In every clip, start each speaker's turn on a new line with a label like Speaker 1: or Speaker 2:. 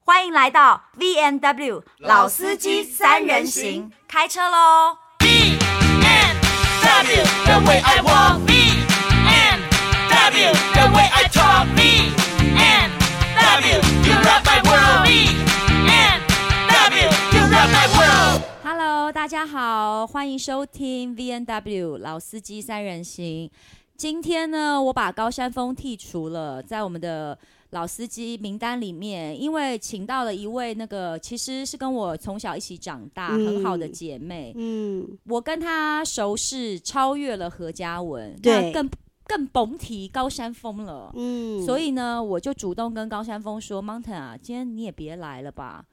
Speaker 1: 欢迎来到 V N W 老司机三人行，开车喽！
Speaker 2: B and W, the way I walk. B and W, the way I talk. B and W, you rock my world. B and W, you rock my world.
Speaker 3: Hello，大家好，欢迎收听 V N W 老司机三人行。今天呢，我把高山峰剔除了，在我们的老司机名单里面，因为请到了一位那个其实是跟我从小一起长大、
Speaker 4: 嗯
Speaker 3: 很好的姐妹，
Speaker 4: 嗯，
Speaker 3: 我跟她熟识超越了何嘉文，那
Speaker 4: 对
Speaker 3: 更更甭提高山峰了。
Speaker 4: 嗯，
Speaker 3: 所以呢，我就主动跟高山峰说：“Mountain 啊，今天你也别来了吧。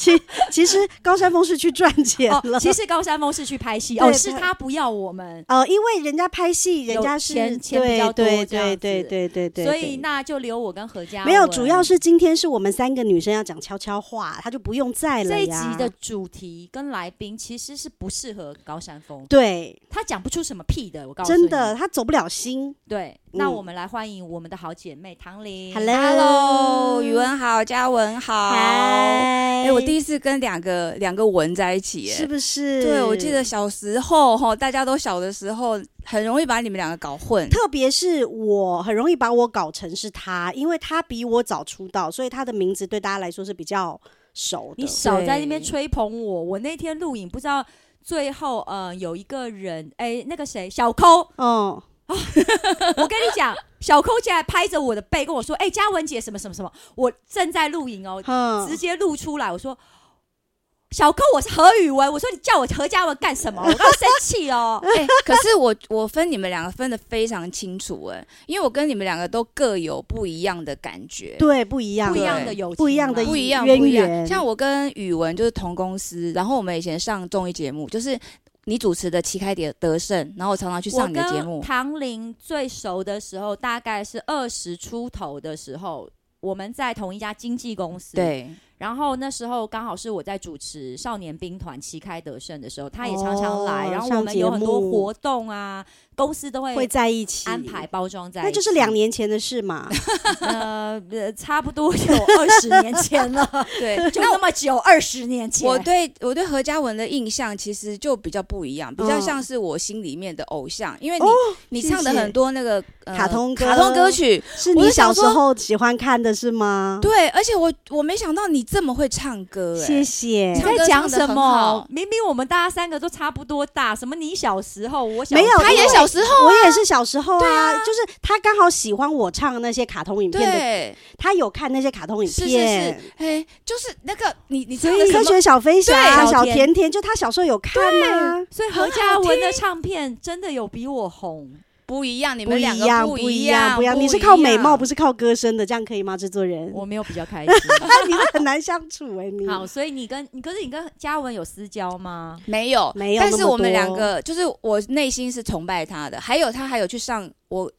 Speaker 4: 其其实高山峰是去赚钱了，
Speaker 3: 哦，其实高山峰是去拍戏，哦，
Speaker 4: 对
Speaker 3: 是
Speaker 4: 他
Speaker 3: 他不要我们，
Speaker 4: 哦，因为人家拍戏，
Speaker 3: 有
Speaker 4: 人家是
Speaker 3: 钱钱比
Speaker 4: 对
Speaker 3: 较多
Speaker 4: 对
Speaker 3: 这样
Speaker 4: 对
Speaker 3: 子
Speaker 4: 对对对对，
Speaker 3: 所
Speaker 4: 对
Speaker 3: 以那就留我跟何家文。
Speaker 4: 没有，主要是今天是我们三个女生要讲悄悄话，她就不用在了
Speaker 3: 这一
Speaker 4: 呀
Speaker 3: 集的主题跟来宾其实是不适合高山峰，
Speaker 4: 对，
Speaker 3: 他讲不出什么屁的，我告诉你。
Speaker 4: 真的，她走不了心。
Speaker 3: 对，那
Speaker 4: 嗯
Speaker 3: 我们来欢迎我们的好姐妹唐玲。
Speaker 4: Hello
Speaker 5: Hello，宇文好，嘉文好。
Speaker 4: 嗨
Speaker 5: 哎、我第一次跟两个两个文在一起耶，
Speaker 4: 是不是？
Speaker 5: 对，我记得。小时候哈，大家都小的时候，很容易把你们两个搞混。
Speaker 4: 特别是我很容易把我搞成是她，因为她比我早出道，所以她的名字对大家来说是比较熟的。
Speaker 3: 你少在那边
Speaker 5: 对
Speaker 3: 吹捧我，我那天录影不知道。最后，呃，有一个人，哎、那个谁，小抠，
Speaker 4: 哦，
Speaker 3: 我跟你讲，小抠竟然拍着我的背跟我说：“哎、嘉文姐，什么什么什么，我正在录影哦，
Speaker 5: 嗯。
Speaker 4: 哼
Speaker 3: 直接露出来，我说。小寇，我是何宇文。我说你叫我何嘉文干什么？我刚生气哦
Speaker 5: 哎、可是我我分你们两个分的非常清楚哎，因为我跟你们两个都各有不一样的感觉，
Speaker 4: 对，不一样，
Speaker 3: 不一样
Speaker 5: 对
Speaker 3: 的友情啊，
Speaker 4: 不一样的
Speaker 5: 不一样
Speaker 4: 渊
Speaker 5: 不一样。
Speaker 4: 源
Speaker 5: 像我跟宇文就是同公司，然后我们以前上综艺节目，就是你主持的《旗开得得胜》，然后我常 常去
Speaker 3: 我
Speaker 5: 上你的节
Speaker 3: 跟
Speaker 5: 目。
Speaker 3: 唐玲最熟的时候，大概是二十出头的时候，我们在同一家经纪公司。。
Speaker 5: 对，
Speaker 3: 然后那时候刚好是我在主持少年兵团旗开得胜的时候，他也常常来，
Speaker 4: 哦
Speaker 3: 然后
Speaker 4: 上
Speaker 3: 我们有很
Speaker 4: 节
Speaker 3: 多
Speaker 4: 目
Speaker 3: 活动啊，公司都
Speaker 4: 会
Speaker 3: 会
Speaker 4: 在一起
Speaker 3: 安排，包装在一起。
Speaker 4: 那就是两年前的事嘛。
Speaker 3: 呃呃，差不多有二十年前 了。
Speaker 5: 对，
Speaker 3: 就那么久，二十年前
Speaker 5: 我对我对何嘉文的印象其实就比较不一样，比较
Speaker 4: 嗯
Speaker 5: 像是我心里面的偶像，因为你、
Speaker 4: 哦
Speaker 5: 你
Speaker 4: 谢
Speaker 5: 唱的
Speaker 4: 谢
Speaker 5: 很多那个、呃、
Speaker 4: 卡通歌
Speaker 5: 卡通歌曲，
Speaker 4: 是你
Speaker 5: 我就
Speaker 4: 小
Speaker 5: 想
Speaker 4: 时
Speaker 5: 说
Speaker 4: 候喜欢看的是吗？
Speaker 5: 对，而且我我没想到你这么会唱歌、哎，
Speaker 4: 谢谢
Speaker 3: 你。
Speaker 5: 唱
Speaker 3: 在
Speaker 5: 歌
Speaker 3: 讲
Speaker 5: 唱得
Speaker 3: 什
Speaker 5: 很好
Speaker 3: 么？明明我们大家三个都差不多大，什么你小时候，我小
Speaker 4: 没有
Speaker 5: 他也小时候
Speaker 4: 我也是小时候啊，就是他刚好喜欢我唱那些卡通影片的，
Speaker 5: 对，
Speaker 4: 他有看那些卡通影
Speaker 5: 是是是，
Speaker 4: 片
Speaker 5: 哎，、就是那个你你
Speaker 4: 所
Speaker 5: 唱的
Speaker 4: 以
Speaker 5: 什
Speaker 4: 科
Speaker 5: 么？
Speaker 4: 学小飞侠、
Speaker 3: 对
Speaker 4: 小
Speaker 3: 小
Speaker 4: 甜甜，就他小时候有看啊。
Speaker 3: 所以何嘉文的唱片真的有比我红。
Speaker 5: 不一样，你
Speaker 4: 不
Speaker 5: 们
Speaker 4: 一
Speaker 5: 两
Speaker 4: 样，
Speaker 5: 个
Speaker 4: 不
Speaker 5: 一
Speaker 4: 样，
Speaker 5: 样，
Speaker 4: 不一样！你是靠美貌，不是靠歌声的，这样可以吗？制作人，
Speaker 3: 我没有比较开心。
Speaker 4: 那你是很难相处哎，你
Speaker 3: 好，所以你跟你可是你跟嘉文有私交吗？
Speaker 5: 没有，
Speaker 4: 没有
Speaker 5: 但
Speaker 4: 那
Speaker 5: 是
Speaker 4: 么
Speaker 5: 我们
Speaker 4: 多
Speaker 5: 两个，就是我内心是崇拜他的，还有他还有去上我，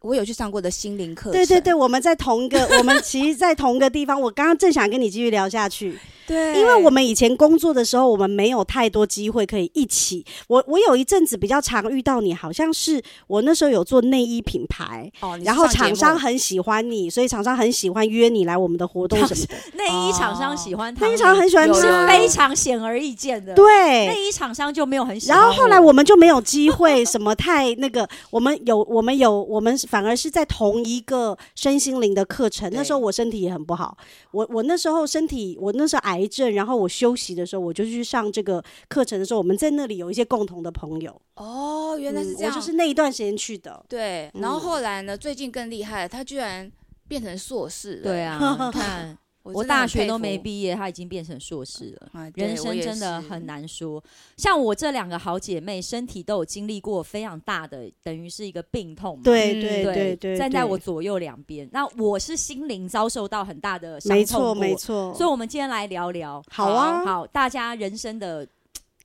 Speaker 5: 我有去上过的心灵课程。
Speaker 4: 对对对，我们在同一个，我们其实，在同一个地方。我刚刚正想跟你继续聊下去，
Speaker 5: 对，
Speaker 4: 因为我们以前工作的时候，我们没有太多机会可以一起。我我有一阵子比较常遇到你，好像是我那时候有做内衣品牌，
Speaker 5: 哦，你是
Speaker 4: 然后
Speaker 5: 上节
Speaker 4: 厂
Speaker 5: 目
Speaker 4: 商很喜欢你，所以厂商很喜欢约你来我们的活动什么的。
Speaker 3: 内衣厂商喜欢他，
Speaker 4: 内衣厂哦很喜欢
Speaker 5: 有
Speaker 4: 他
Speaker 5: 有
Speaker 3: 是非常显而易见的。，
Speaker 4: 对。
Speaker 3: 内衣厂商就没有很喜
Speaker 4: 然
Speaker 3: 欢我。
Speaker 4: 后后来我们就没有机会什么太那个，我们有我们有我们反而是在同一个身心灵的课程。
Speaker 5: 对
Speaker 4: 那时候我身体也很不好，我我那时候身体我那时候癌症，然后我休息的时候我就去上这个课程的时候，我们在那里有一些共同的朋友。
Speaker 5: 哦，原来是
Speaker 4: 嗯
Speaker 5: 这样，
Speaker 4: 我就是那一段时间去的。
Speaker 5: 对。
Speaker 4: 嗯
Speaker 5: 然后后来呢，最近更厉害了，他居然变成硕士了。
Speaker 3: 对，啊，你 看
Speaker 5: 我
Speaker 3: 我
Speaker 5: 真的很
Speaker 3: 大学
Speaker 5: 佩
Speaker 3: 都
Speaker 5: 服
Speaker 3: 没，毕业，他已经变成硕士了。
Speaker 5: 啊对
Speaker 3: 人
Speaker 5: 我
Speaker 3: 生
Speaker 5: 也
Speaker 3: 真的
Speaker 5: 是
Speaker 3: 很难说。像我这两个好姐妹，身体都有经历过非常大的，等于是一个病痛嘛。
Speaker 4: 对
Speaker 5: 嗯
Speaker 4: 对
Speaker 3: 对
Speaker 4: 对对，
Speaker 3: 站在我
Speaker 4: 对
Speaker 3: 左右两边。那我是心灵遭受到很大的伤痛
Speaker 4: 没错
Speaker 3: 过
Speaker 4: 没。错，
Speaker 3: 所以，我们今天来聊聊。
Speaker 4: 好啊
Speaker 3: 好，大家人生的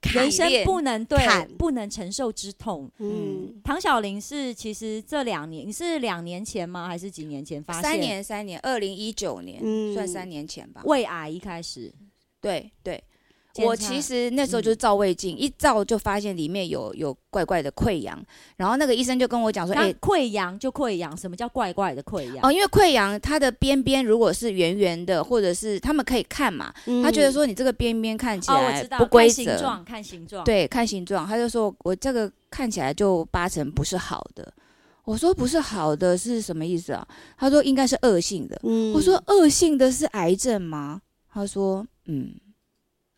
Speaker 5: 坎
Speaker 3: 人生
Speaker 5: 练
Speaker 3: 不能对
Speaker 4: 坎
Speaker 3: 不能承受之痛。
Speaker 4: 嗯，
Speaker 3: 唐小玲是其实这两年，你是两年前吗？还是几年前发现？
Speaker 5: 三年三年，二零一九年
Speaker 4: 嗯
Speaker 5: 算三年前吧。
Speaker 3: 胃癌一开始，
Speaker 5: 对对，
Speaker 3: 检
Speaker 5: 我
Speaker 3: 查
Speaker 5: 其实那时候就是
Speaker 4: 嗯
Speaker 5: 照胃镜，一照就发现里面有有怪怪的溃疡，然后那个医生就跟我讲说，哎、
Speaker 3: 那溃疡就溃疡，什么叫怪怪的溃疡？
Speaker 5: 哦，因为溃疡它的边边如果是圆圆的，或者是他们可以看嘛，
Speaker 4: 嗯
Speaker 5: 他觉得说你这个边边看起
Speaker 3: 哦，我
Speaker 5: 来
Speaker 3: 知道，
Speaker 5: 不规
Speaker 3: 看形
Speaker 5: 则，
Speaker 3: 状，看形状。，
Speaker 5: 对，看形状，他就说我这个看起来就八成不是好的。我说不是好的是什么意思啊？他说应该是恶性的。
Speaker 4: 嗯
Speaker 5: 我说恶性的是癌症吗？他说嗯，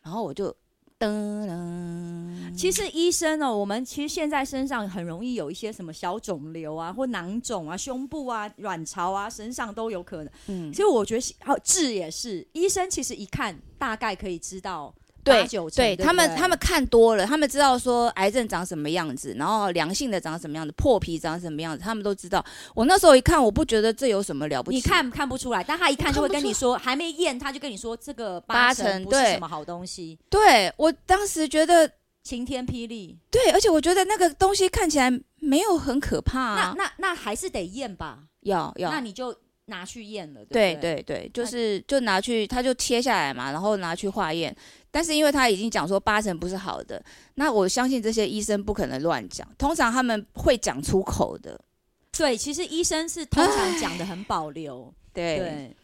Speaker 5: 然后我就噔噔，
Speaker 3: 其实医生哦，我们其实现在身上很容易有一些什么小肿瘤啊，或囊肿啊、胸部啊、卵巢啊，身上都有可能。
Speaker 5: 嗯
Speaker 3: 其，实我觉得，还有痣也是，医生其实一看大概可以知道八
Speaker 5: 对
Speaker 3: 九成。对
Speaker 5: 对
Speaker 3: 不
Speaker 5: 他们
Speaker 3: 对，
Speaker 5: 他们看多了，他们知道说癌症长什么样子，然后良性的长什么样子，破皮长什么样子，他们都知道。我那时候一看，我不觉得这有什么了不起。
Speaker 3: 你看看不出来，但他一看就会跟你说，还没验，他就跟你说这个八
Speaker 5: 八
Speaker 3: 成
Speaker 5: 成
Speaker 3: 不是
Speaker 5: 对
Speaker 3: 什么好东西，
Speaker 5: 对我当时觉得
Speaker 3: 晴天霹雳。
Speaker 5: 对，而且我觉得那个东西看起来没有很可怕、
Speaker 3: 那
Speaker 5: 啊。
Speaker 3: 那那还是得验吧，
Speaker 5: 要要
Speaker 3: 那，你就拿去验了，
Speaker 5: 对
Speaker 3: 不对？
Speaker 5: 对对，就是就拿去，他就切下来嘛，然后拿去化验。但是因为他已经讲说八成不是好的，那我相信这些医生不可能乱讲，通常他们会讲出口的。
Speaker 3: 对，其实医生是通常讲的很保留，
Speaker 5: 对，
Speaker 3: 对，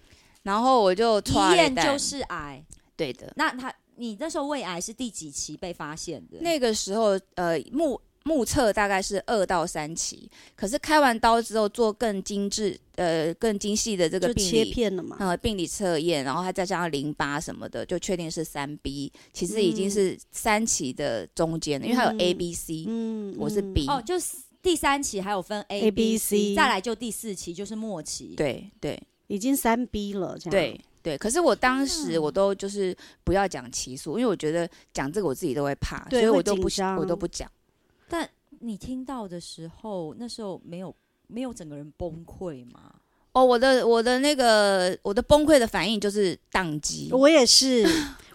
Speaker 5: 然后我就
Speaker 3: 一
Speaker 5: 抓了
Speaker 3: 验
Speaker 5: 哎蛋
Speaker 3: 就是癌。
Speaker 5: 对的。
Speaker 3: 那他，你那时候胃癌是第几期被发现的？
Speaker 5: 那个时候，呃，目目测大概是二到三期，可是开完刀之后做更精致、呃更精细的这个
Speaker 4: 就
Speaker 5: 病
Speaker 4: 切
Speaker 5: 理。
Speaker 4: 片了嘛，
Speaker 5: 呃，病理测验，然后还再加上淋巴什么的，就确定是三 B，其实已经是三期的中间了，因为它有 A、B、C，、
Speaker 4: 嗯，
Speaker 5: 我是
Speaker 4: 嗯
Speaker 5: B，、
Speaker 3: 哦，就是第三期还有分 A、
Speaker 4: A
Speaker 3: B、
Speaker 4: B
Speaker 3: C，
Speaker 4: C
Speaker 3: 再来就第四期就是末期。，
Speaker 5: 对对
Speaker 4: 已经三 B 了，这样嗯
Speaker 5: 对对。可是我当时我都就是不要讲期数，因为我觉得讲这个我自己都会怕，所
Speaker 4: 对
Speaker 5: 以我
Speaker 4: 会
Speaker 5: 都
Speaker 4: 紧
Speaker 5: 不
Speaker 4: 张
Speaker 5: 我都不讲。
Speaker 3: 但你听到的时候，那时候没有没有整个人崩溃吗？
Speaker 5: 哦，我的我的那个我的崩溃的反应就是宕机，
Speaker 4: 我也 是，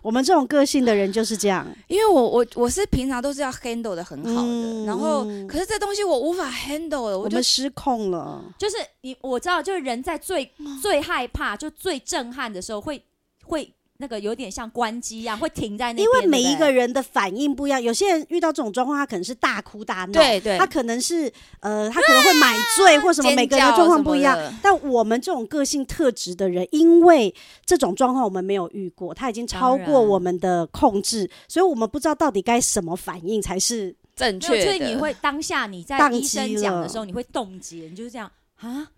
Speaker 4: 我们这种个性的人就是这样，
Speaker 5: 因为我我我是平常都是要 handle 的很 好的，
Speaker 4: 嗯
Speaker 5: 然后
Speaker 4: 嗯
Speaker 5: 可是这东西我无法 handle 了，
Speaker 4: 我
Speaker 5: 我就
Speaker 4: 们失控了，
Speaker 3: 就是你我知道，就是人在最
Speaker 4: 嗯
Speaker 3: 最害怕、就最震撼的时候会，会那个有点像关机一样，会停在那边。
Speaker 4: 因为每
Speaker 3: 对不
Speaker 4: 一
Speaker 3: 对
Speaker 4: 个人的反应不一样，有些人遇到这种状况，他可能是大哭大闹，
Speaker 5: 对对
Speaker 4: 他可能是呃，他可能会买醉或什么，
Speaker 5: 尖
Speaker 4: 每个人的
Speaker 5: 叫
Speaker 4: 状况
Speaker 5: 什
Speaker 4: 不
Speaker 5: 么
Speaker 4: 一样
Speaker 5: 啊的。
Speaker 4: 但我们这种个性特质的人，因为这种状况我们没有遇过，他已经超
Speaker 3: 当
Speaker 4: 过
Speaker 3: 然
Speaker 4: 我们的控制，所以我们不知道到底该什么反应才是。
Speaker 5: 正
Speaker 3: 没有，
Speaker 5: 确
Speaker 3: 所以
Speaker 5: 的，
Speaker 3: 你会当下你在
Speaker 4: 宕
Speaker 3: 医
Speaker 4: 机
Speaker 3: 生讲的
Speaker 4: 了
Speaker 3: 时候，你会冻结，你就是这样啊。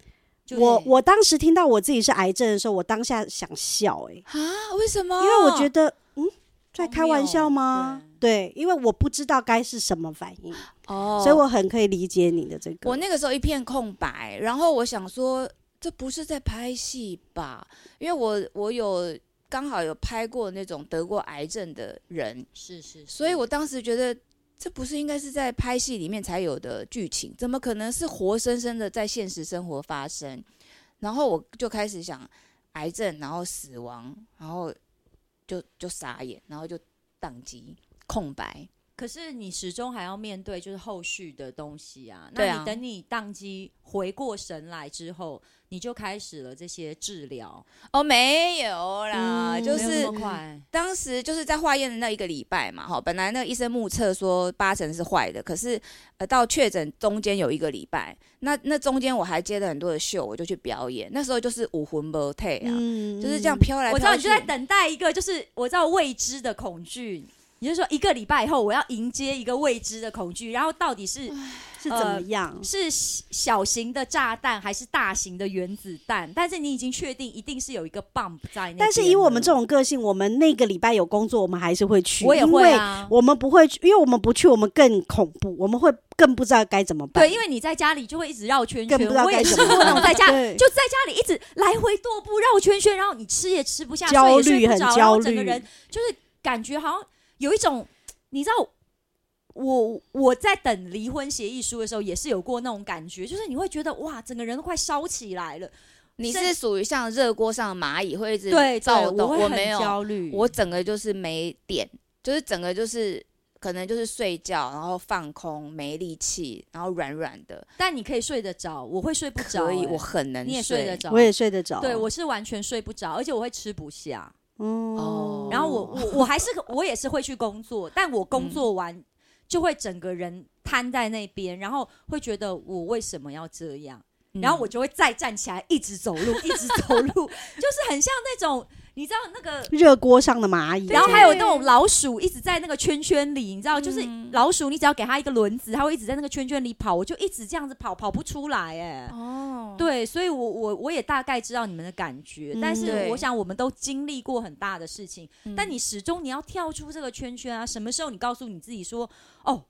Speaker 3: 就
Speaker 4: 我
Speaker 3: 是
Speaker 4: 我当时听到我自己是癌症的时候，我当下想笑、欸，
Speaker 5: 啊？为什么？
Speaker 4: 因为我觉得，嗯，在
Speaker 3: 荒
Speaker 4: 开玩
Speaker 3: 谬哦
Speaker 4: 笑吗？对，因为我不知道该是什么反应，
Speaker 5: 哦，
Speaker 4: 所以我很可以理解你的这个。
Speaker 5: 我那个时候一片空白，然后我想说，这不是在拍戏吧？因为我我有刚好有拍过那种得过癌症的人，
Speaker 3: 是是，
Speaker 5: 所以我当时觉得。这不是应该是在拍戏里面才有的剧情，怎么可能是活生生的在现实生活发生？然后我就开始想，癌症，然后死亡，然后就就傻眼，然后就宕机空白。
Speaker 3: 可是你始终还要面对就是后续的东西啊。
Speaker 5: 对
Speaker 3: 那
Speaker 5: 啊
Speaker 3: 你等你宕机回过神来之后，你就开始了这些治疗，
Speaker 5: 哦，没有啦，
Speaker 4: 嗯
Speaker 5: 就
Speaker 3: 没有
Speaker 5: 是
Speaker 3: 那么快。
Speaker 5: 当时就是在化验的那一个礼拜嘛，哈，本来那个医生目测说八成是坏的，可是呃到确诊中间有一个礼拜，那那中间我还接了很多的秀，我就去表演，那时候就是武魂不退啊，
Speaker 4: 嗯
Speaker 5: 就是这样飘来飘去。
Speaker 3: 我知道你就在等待一个，就是我知道未知的恐惧。你就说一个礼拜以后，我要迎接一个未知的恐惧，然后到底是
Speaker 4: 是怎
Speaker 3: 呃
Speaker 4: 么样？
Speaker 3: 是小型的炸弹还是大型的原子弹？但是你已经确定一定是有一个 bump 在那。
Speaker 4: 但是以我们这，种个性，我们那个礼拜有工作，我们还是会去，
Speaker 3: 我也会啊
Speaker 4: 因为。我们不会去，因为我们不去，我们更恐怖，我们会更不知道该怎么办。
Speaker 3: 对，因为你在家里就会一直绕圈
Speaker 4: 更不
Speaker 3: 圈，
Speaker 4: 知道
Speaker 3: 我也
Speaker 4: 该
Speaker 3: 试
Speaker 4: 怎
Speaker 3: 过
Speaker 4: 么
Speaker 3: 那种
Speaker 4: 办
Speaker 3: 在家
Speaker 4: 对
Speaker 3: 就在家里一直来回踱步绕圈圈，然后你吃也吃不下，睡
Speaker 4: 焦
Speaker 3: 也睡
Speaker 4: 虑
Speaker 3: 不
Speaker 4: 很
Speaker 3: 着，然
Speaker 4: 焦
Speaker 3: 后整个
Speaker 4: 虑
Speaker 3: 人，就是感觉好像有一种，你知道，我我在等离婚协议书的时候也是有过那种感觉，就是你会觉得哇，整个人都快烧起来了，
Speaker 5: 你是属于像热锅上的蚂蚁，会一直
Speaker 3: 对，对
Speaker 5: 躁动。
Speaker 3: 我会
Speaker 5: 没
Speaker 3: 很
Speaker 5: 有，
Speaker 3: 焦虑，
Speaker 5: 我整个就是没电，就是整个就是可能就是睡觉，然后放空，没力气，然后软软的。
Speaker 3: 但你可以睡得着，我会睡不着、
Speaker 5: 可以，
Speaker 3: 欸
Speaker 5: 我很能
Speaker 3: 你也睡得着，
Speaker 4: 我也睡得着。
Speaker 3: 对我是完全睡不着，而且我会吃不下。
Speaker 4: 嗯
Speaker 5: 哦
Speaker 3: 然后我我我还是我也是会去工作，但我工作
Speaker 5: 嗯
Speaker 3: 完就会整个人瘫在那边，然后会觉得我为什么要这样？然后我就会再站起来，一直走 路，一直走路，就是很像那种你知道那个。
Speaker 4: 热锅上的蚂蚁，
Speaker 3: 然后还有那种老鼠一直在那个圈圈里，你知道，就是老鼠，你只要给它一个轮子，它会一直在那个圈圈里跑，我就一直这样子跑，跑不出来，哎，
Speaker 5: 哦，
Speaker 3: 对，所以我我我也大概知道你们的感觉，
Speaker 4: 嗯
Speaker 3: 但是
Speaker 5: 对
Speaker 3: 我想我们都经历过很大的事情，
Speaker 5: 嗯
Speaker 3: 但你始终你要跳出这个圈圈啊！什么时候你告诉你自己说，哦，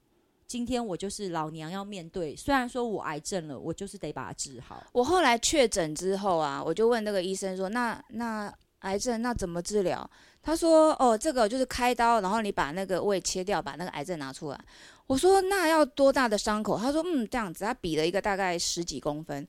Speaker 3: 今天我就是老娘要面对，虽然说我癌症了，我就是得把它治好。
Speaker 5: 我后来确诊之后啊，我就问那个医生说：“那那癌症那怎么治疗？”他说：“哦，这个就是开刀，然后你把那个胃切掉，把那个癌症拿出来。”我说：“那要多大的伤口？”他说：“嗯，这样子。”他比了一个大概十几公分。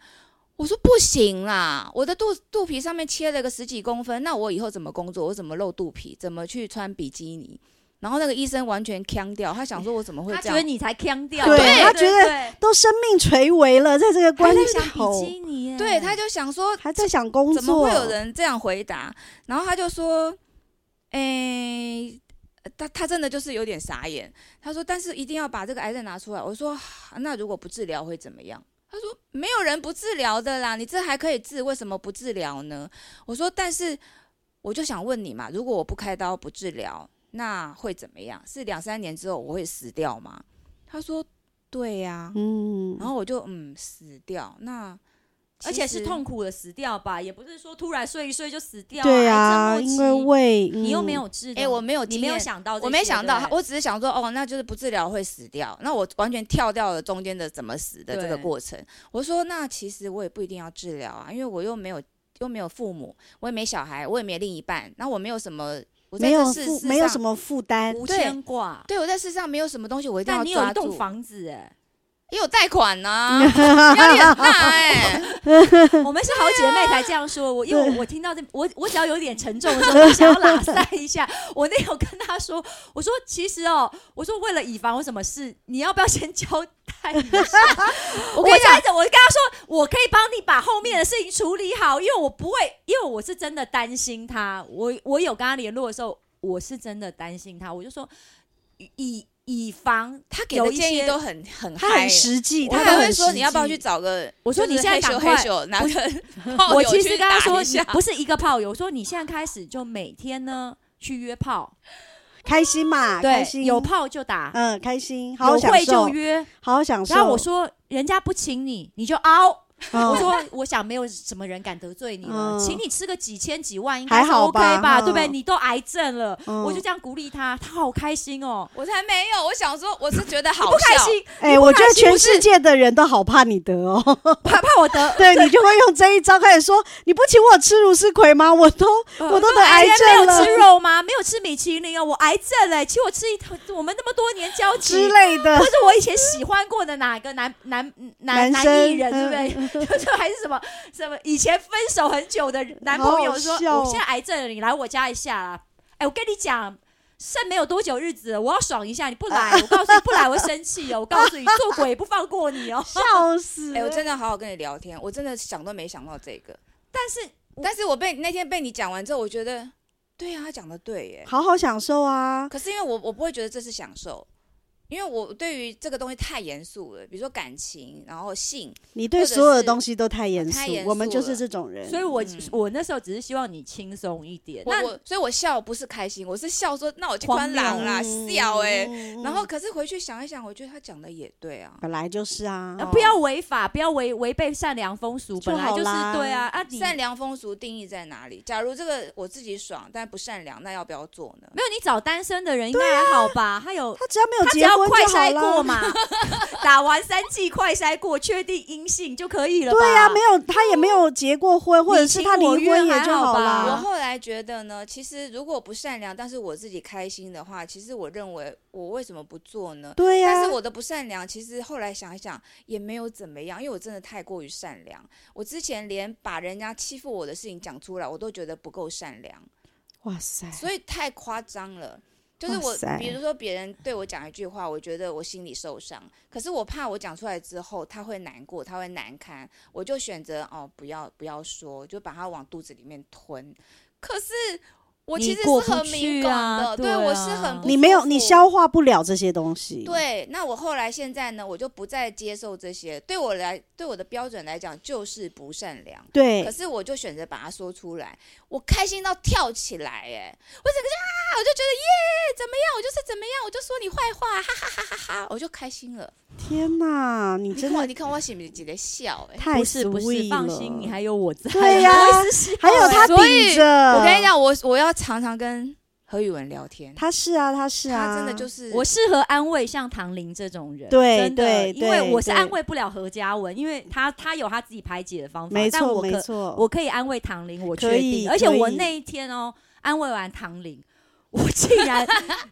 Speaker 5: 我说：“不行啦，我的肚肚皮上面切了个十几公分，那我以后怎么工作？我怎么露肚皮？怎么去穿比基尼？”然后那个医生完全腔掉，他想说：“我怎么会
Speaker 3: 他
Speaker 5: 这
Speaker 3: 觉
Speaker 5: 样
Speaker 3: 得？”你才腔掉，
Speaker 4: 对
Speaker 3: 对
Speaker 4: 他觉得
Speaker 3: 对
Speaker 4: 都生命垂危了，在这个关
Speaker 3: 还在想比
Speaker 4: 头
Speaker 3: 基尼耶，
Speaker 5: 对，他就想说：“
Speaker 4: 还在想
Speaker 3: 嗯
Speaker 4: 工作，
Speaker 5: 怎么会有人这样回答？然后他就说，诶、呃他他真的就是有点傻眼。他说，但是一定要把这个癌症拿出来。我说，啊那如果不治疗会怎么样？他说，没有人不治疗的啦，你这还可以治，为什么不治疗呢？我说，但是我就想问你嘛，如果我不开刀不治疗，那会怎么样？是两三年之后我会死掉吗？他说，对呀、
Speaker 4: 嗯，
Speaker 5: 然后我就嗯，死掉那。
Speaker 3: 而且是
Speaker 5: 其实
Speaker 3: 痛苦的死掉吧，也不是说突然睡一睡就死掉、
Speaker 4: 对
Speaker 3: 啊，
Speaker 4: 啊，
Speaker 3: 癌症
Speaker 4: 因为
Speaker 3: 末期
Speaker 4: 胃
Speaker 3: 你又没
Speaker 4: 嗯
Speaker 3: 有治疗，
Speaker 5: 哎我没有
Speaker 3: 你
Speaker 5: 经
Speaker 3: 没有
Speaker 5: 验
Speaker 3: 想到这些，
Speaker 5: 我没想
Speaker 3: 对
Speaker 5: 到
Speaker 3: 不，对
Speaker 5: 我只是想说，哦，那就是不治疗会死掉。那我完全跳掉了中间的怎么死的这
Speaker 3: 对
Speaker 5: 个过程。我说，那其实我也不一定要治疗啊，因为我又没有又没有父母，我也没小孩，我也没另一半，那我没有什么，我在
Speaker 4: 没有
Speaker 5: 这世
Speaker 4: 负
Speaker 5: 世
Speaker 4: 没有
Speaker 5: 上
Speaker 4: 什么负担，
Speaker 3: 无
Speaker 5: 对
Speaker 3: 牵挂。
Speaker 5: 对我在世上没有什么东西，我一定要
Speaker 3: 但你有
Speaker 5: 抓
Speaker 3: 一栋
Speaker 5: 住。
Speaker 3: 房子哎、
Speaker 5: 也有贷 款呐、压力很大哎、
Speaker 3: 我们是好姐妹才这样说。我因为我我听到这，我我只要有点沉重的时候，我就想要拉塞一下。我那天有跟他说，我说其实哦，我说为了以防有什么事，你要不要先交代一下？ 我
Speaker 5: 跟你讲
Speaker 3: 这样啊子，我跟他说，我可以帮你把后面的事情处理好，因为我不会，因为我是真的担心他。我我有跟他联络的时候，我是真的担心他，我就说以以以防
Speaker 5: 他给
Speaker 3: 有
Speaker 5: 的
Speaker 3: 一
Speaker 5: 建议
Speaker 3: 些
Speaker 5: 都很很
Speaker 4: 他
Speaker 5: 嗨
Speaker 4: 很
Speaker 5: 欸
Speaker 4: 实际，
Speaker 5: 我
Speaker 4: 他
Speaker 5: 还
Speaker 4: 都
Speaker 5: 会
Speaker 4: 很
Speaker 5: 说
Speaker 4: 实
Speaker 5: 你要不要
Speaker 4: 际
Speaker 5: 去找个，
Speaker 3: 我说
Speaker 5: 就
Speaker 3: 你
Speaker 5: 是
Speaker 3: 现在
Speaker 5: 嘿
Speaker 3: 赶
Speaker 5: 咻嘿
Speaker 3: 快
Speaker 5: 咻拿 个炮
Speaker 3: 我
Speaker 5: 友
Speaker 3: 其实
Speaker 5: 去
Speaker 3: 跟他
Speaker 5: 打
Speaker 3: 说，
Speaker 5: 一
Speaker 3: 你
Speaker 5: 下
Speaker 3: 不是一个炮友，我说你现在开始就每天呢去约炮，
Speaker 4: 开心嘛，开
Speaker 3: 对，
Speaker 4: 心
Speaker 3: 有炮就打，
Speaker 4: 嗯开心，好好
Speaker 3: 有
Speaker 4: 享
Speaker 3: 会就，
Speaker 4: 受
Speaker 3: 约。
Speaker 4: 好好享受。
Speaker 3: 然后我说，人家不请你，你就凹。
Speaker 4: 嗯，
Speaker 3: 我说，我想没有什么人敢得罪你了，
Speaker 4: 嗯
Speaker 3: 请你吃个几千几万应该
Speaker 4: 还
Speaker 3: 是
Speaker 4: 好
Speaker 3: OK
Speaker 4: 吧
Speaker 3: 吧，
Speaker 4: 嗯
Speaker 3: 对不对？你都癌症了，
Speaker 4: 嗯
Speaker 3: 我就这样鼓励他，他好开心哦，
Speaker 5: 我才没有，我想说我是觉得好
Speaker 3: 不开
Speaker 5: 笑
Speaker 3: 心，
Speaker 4: 哎，我觉得全世界的人都好怕你得哦，
Speaker 3: 怕怕我得。
Speaker 4: 对你就会用这一招开始说，你不请我吃乳丝葵吗？我都
Speaker 3: 呃
Speaker 4: 我都得癌
Speaker 3: 今
Speaker 4: 症
Speaker 3: 天没有吃
Speaker 4: 了
Speaker 3: 肉吗？没有吃米其林哦，我癌症嘞、请我吃一头，我们那么多年交集
Speaker 4: 之，类的
Speaker 3: 或，是我以前喜欢过的哪个男男嗯男
Speaker 4: 男生嗯
Speaker 3: 艺人，对不对？就就 还是什么什么以前分手很久的男朋友说
Speaker 4: 好好，笑哦
Speaker 3: 我现在癌症了，你来我家一下啦。哎，我跟你讲。剩没有多久日子了，我要爽一下，你不来， 我告诉你不来我会生气哦！我告诉你，做鬼也不放过你 哦！
Speaker 4: 笑死
Speaker 5: 哎、！我真的好好跟你聊天，我真的想都没想到这个。
Speaker 3: 但是
Speaker 5: 但是我被那天被你讲完之后，我觉得，对啊呀、他讲的对耶。
Speaker 4: 好好享受啊，
Speaker 5: 可是因为我我不会觉得这是享受，因为我对于这个东西太严肃了，比如说感情，然后性，
Speaker 4: 你对
Speaker 5: 或者
Speaker 4: 所有的
Speaker 5: 是
Speaker 4: 东西都太严肃
Speaker 5: 太严，肃
Speaker 4: 我们就是
Speaker 5: 了
Speaker 4: 这种人。
Speaker 3: 所以我，我、
Speaker 5: 嗯
Speaker 3: 那时候只是希望你轻松一点。
Speaker 5: 我
Speaker 3: 那
Speaker 5: 我所以我笑不是开心，我是笑说那我去
Speaker 3: 荒
Speaker 5: 关
Speaker 3: 谬
Speaker 5: 狼啦，
Speaker 4: 嗯
Speaker 5: 笑哎、
Speaker 4: 嗯
Speaker 5: 然后可是回去想一想，我觉得他讲的也对啊。
Speaker 4: 本来就是啊
Speaker 3: 呃，
Speaker 5: 哦
Speaker 3: 不要违法，不要违违背善良风俗，
Speaker 4: 就
Speaker 3: 本来
Speaker 4: 好
Speaker 3: 就是
Speaker 4: 啦
Speaker 3: 对啊啊你！
Speaker 5: 善良风俗定义在哪里？假如这个我自己爽，但不善良，那要不要做呢？
Speaker 3: 没有你找单身的人应该还好吧？他 有
Speaker 4: 他只要没有
Speaker 3: 他只
Speaker 4: 结
Speaker 3: 要
Speaker 4: 婚
Speaker 3: 快
Speaker 4: 就好
Speaker 3: 筛过
Speaker 4: 了。
Speaker 3: 嘛，打完三剂快筛过，确定阴性就可以了吧？
Speaker 4: 对啊呀、没有他也没有结过婚，或者是他离婚也就
Speaker 3: 啊
Speaker 4: 好
Speaker 5: 我
Speaker 4: 啦。
Speaker 5: 后来觉得呢，其实如果不善良，但是我自己开心的话，其实我认为我为什么不做呢？
Speaker 4: 对呀、
Speaker 5: 但是我的不善良，其实后来想一想也没有怎么样，因为我真的太过于善良。我之前连把人家欺负我的事情讲出来，我都觉得不够善良，
Speaker 4: 哇塞，
Speaker 5: 所以太夸张了。就是
Speaker 4: 哎哇
Speaker 5: 我
Speaker 4: 塞，
Speaker 5: 比如说别人对我讲一句话，我觉得我心里受伤，可是我怕我讲出来之后他会难过，他会难堪，我就选择哦不要不要说，就把它往肚子里面吞。可是我
Speaker 3: 你
Speaker 5: 其实
Speaker 3: 过
Speaker 5: 是
Speaker 3: 不
Speaker 5: 很
Speaker 3: 去
Speaker 5: 敏感的，
Speaker 3: 啊
Speaker 5: 对
Speaker 3: 对
Speaker 5: 我
Speaker 3: 啊
Speaker 5: 是很不
Speaker 4: 你没有，你
Speaker 5: 舒服
Speaker 4: 消化不了这些东西。，
Speaker 5: 对，那我后来现在呢，我就不再接受这些。对我来，对我的标准来讲，就是不善良。可
Speaker 4: 对，
Speaker 5: 是我就选择把它说出来，我开心到跳起来，哎，我整个就啊，我就觉得耶，怎么样，我就是怎么样，我就说你坏话，哈哈哈哈哈，我就开心了。
Speaker 4: 天哪，你
Speaker 5: 你
Speaker 4: 真
Speaker 5: 看我，
Speaker 4: 的
Speaker 5: 你看我是不是几个笑，哎，
Speaker 4: 太
Speaker 3: 不是不
Speaker 4: sweet
Speaker 3: 是，
Speaker 4: 了
Speaker 3: 放心，你还有我在。啊
Speaker 4: 对呀
Speaker 3: 我也是希 望
Speaker 4: 还有他
Speaker 5: 所以
Speaker 4: 顶着。
Speaker 5: 我跟你，讲，我我要常常跟何宇文聊天，
Speaker 4: 嗯他是啊，他是啊，
Speaker 5: 他真的就是
Speaker 3: 我适合安慰像唐玲这种人，
Speaker 4: 对
Speaker 3: 真的
Speaker 4: 对
Speaker 3: 因为
Speaker 4: 对
Speaker 3: 我是
Speaker 4: 对
Speaker 3: 安慰不了何嘉文，因为他他有他自己排解的方法，
Speaker 4: 没
Speaker 3: 但
Speaker 4: 错
Speaker 3: 我
Speaker 4: 没
Speaker 3: 可
Speaker 4: 错，
Speaker 3: 我可以安慰唐玲，我
Speaker 4: 可
Speaker 3: 确
Speaker 4: 以
Speaker 3: 定，而且
Speaker 4: 可
Speaker 3: 我
Speaker 4: 以
Speaker 3: 那一天哦，安慰完唐玲，我 竟然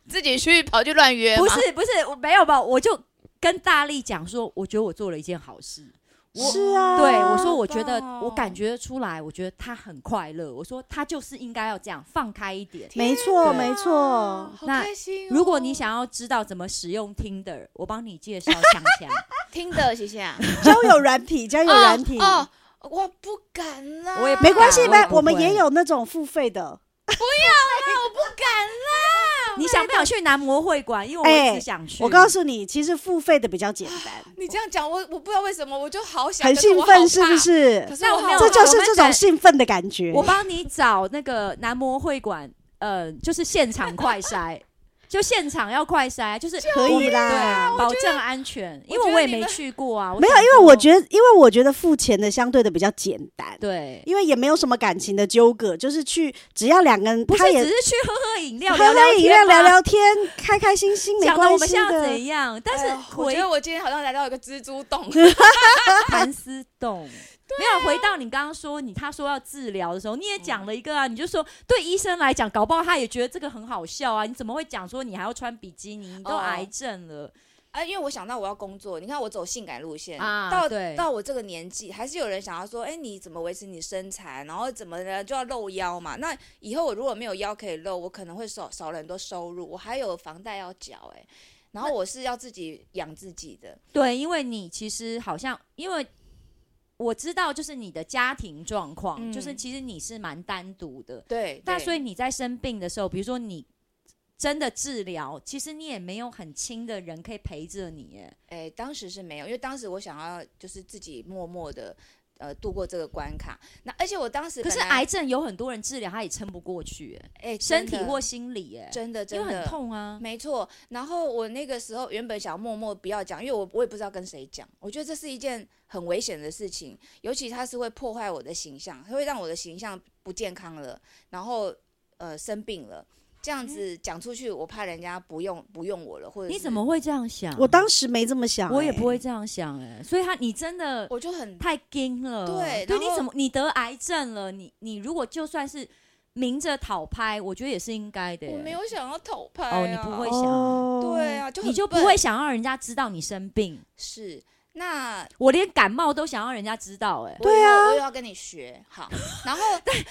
Speaker 5: 自己去跑去乱约
Speaker 3: 不是不是我没有吧，我就跟大力讲说，我觉得我做了一件好事。我
Speaker 4: 是啊，
Speaker 3: 对，我说，我觉
Speaker 5: 棒
Speaker 3: 得
Speaker 5: 哦
Speaker 3: 我感觉得出来，我觉得他很快乐。我说他就是应该要这样放开一点。
Speaker 4: 没错
Speaker 3: 对
Speaker 4: 没错，
Speaker 5: 好
Speaker 3: 那
Speaker 5: 开心哦、
Speaker 3: 如果你 想要知道怎么使用 Tinder，我帮你介绍强 强。
Speaker 5: 听的，谢谢啊。
Speaker 4: 交友软体，交友软 体，
Speaker 5: 哦，哦我不敢啦，
Speaker 3: 我也
Speaker 4: 没关系
Speaker 3: 不敢
Speaker 4: 吧，
Speaker 3: 我也不
Speaker 4: 我们
Speaker 3: 会
Speaker 4: 也有那种付费的。
Speaker 5: 我不敢 啦。
Speaker 3: 你想不想去男模会馆？因为
Speaker 4: 哎
Speaker 3: 我一直想去。
Speaker 4: 我告诉你，其实付费的比较简
Speaker 3: 啊
Speaker 4: 单，
Speaker 5: 你这样讲，我我不知道为什么，我就好想，
Speaker 4: 很
Speaker 5: 可是我
Speaker 4: 兴
Speaker 5: 好
Speaker 4: 奋，是不
Speaker 5: 怕？
Speaker 4: 是
Speaker 5: 可？是
Speaker 3: 但
Speaker 5: 我
Speaker 3: 我
Speaker 5: 好
Speaker 3: 没有
Speaker 4: 这就
Speaker 3: 我
Speaker 4: 是
Speaker 3: 们
Speaker 4: 这种
Speaker 3: 等
Speaker 4: 兴奋的感觉。
Speaker 3: 我帮你找那个男模会馆，呃，就是现场快 筛，就现场要快筛，就是
Speaker 4: 可以啦
Speaker 3: 对啊，保证安全，因
Speaker 5: 我
Speaker 3: 为
Speaker 5: 觉得
Speaker 3: 我也
Speaker 5: 你
Speaker 3: 没
Speaker 5: 们
Speaker 3: 去过啊。
Speaker 4: 没有，
Speaker 3: 想
Speaker 4: 因为我
Speaker 3: 说
Speaker 4: 觉得，因为我觉得付钱的相对的比较简单，
Speaker 3: 对，
Speaker 4: 因为也没有什么感情的纠葛，就是去只要两个人，
Speaker 3: 不是
Speaker 4: 他也
Speaker 3: 只是去喝喝饮料，
Speaker 4: 喝
Speaker 3: 聊
Speaker 4: 喝饮料、
Speaker 3: 天吗
Speaker 4: 聊，聊天，开开心心，没
Speaker 3: 讲的我
Speaker 4: 关
Speaker 3: 们
Speaker 4: 系
Speaker 3: 像
Speaker 4: 的。
Speaker 3: 怎样，但
Speaker 5: 哎
Speaker 3: 是
Speaker 5: 呦我
Speaker 3: 回
Speaker 5: 觉得我今天好像来到一个蜘蛛 洞，
Speaker 3: 盘丝
Speaker 5: 啊
Speaker 3: 洞。没有回到你刚刚说你他说要治疗的时候，你也讲了一个啊，你就说对医生来讲，搞不好他也觉得这个很好笑啊，你怎么会讲说你还要穿比基尼，你都
Speaker 5: 哦
Speaker 3: 癌症了，
Speaker 5: 啊，因为我想到我要工作，你看我走性感路线
Speaker 3: 啊
Speaker 5: 到
Speaker 3: 对
Speaker 5: 到我这个年纪，还是有人想要说，哎，你怎么维持你身材，然后怎么呢就要露腰嘛？那以后我如果没有腰可以露，我可能会少少了很多收入，我还有房贷要缴，哎，然后我是要自己养自己的，
Speaker 3: 对，因为你其实好像，因为我知道，就是你的家庭状况，
Speaker 5: 嗯
Speaker 3: 就是其实你是蛮单独的。
Speaker 5: 对，
Speaker 3: 那
Speaker 5: 对
Speaker 3: 所以你在生病的时候，比如说你真的治疗，其实你也没有很亲的人可以陪着你耶。
Speaker 5: 哎，当时是没有，因为当时我想要就是自己默默的呃度过这个关卡。那而且我当时
Speaker 3: 可是
Speaker 5: 本来
Speaker 3: 癌症有很多人治疗，他也撑不过去耶，
Speaker 5: 哎
Speaker 3: 身体或
Speaker 5: 或
Speaker 3: 心理，耶，
Speaker 5: 真的真
Speaker 3: 因
Speaker 5: 的
Speaker 3: 为很，痛啊。
Speaker 5: 没错。然后我那个时候原本想默默不要讲，因为我我也不知道跟谁讲，我觉得这是一件很危险的事情，尤其它是会破坏我的形象，它会让我的形象不健康了，然后呃生病了。这样子讲出去，我怕人家不用不用我了，或者
Speaker 3: 你
Speaker 5: 是
Speaker 3: 怎么会这样想？
Speaker 4: 我当时没这么想、
Speaker 3: 我也
Speaker 4: 哎
Speaker 3: 不会。这样想哎，所以他你真的
Speaker 5: 我就很
Speaker 3: 太惊了。
Speaker 5: 对
Speaker 3: 对，
Speaker 5: 然
Speaker 3: 你
Speaker 5: 后
Speaker 3: 怎么你得癌症了？你你如果就算是明着讨拍，我觉得也是应该的耶。
Speaker 5: 我没有想要讨拍、啊、
Speaker 3: 哦你不会想
Speaker 4: 哦，
Speaker 5: 对啊，就很
Speaker 3: 你就不
Speaker 5: 笨
Speaker 3: 会想让人家知道你生病。
Speaker 5: 是那
Speaker 3: 我连感冒都想让人家知道、哎，
Speaker 5: 我
Speaker 4: 对
Speaker 5: 以后
Speaker 4: 啊
Speaker 5: 我又要跟你学 好，然后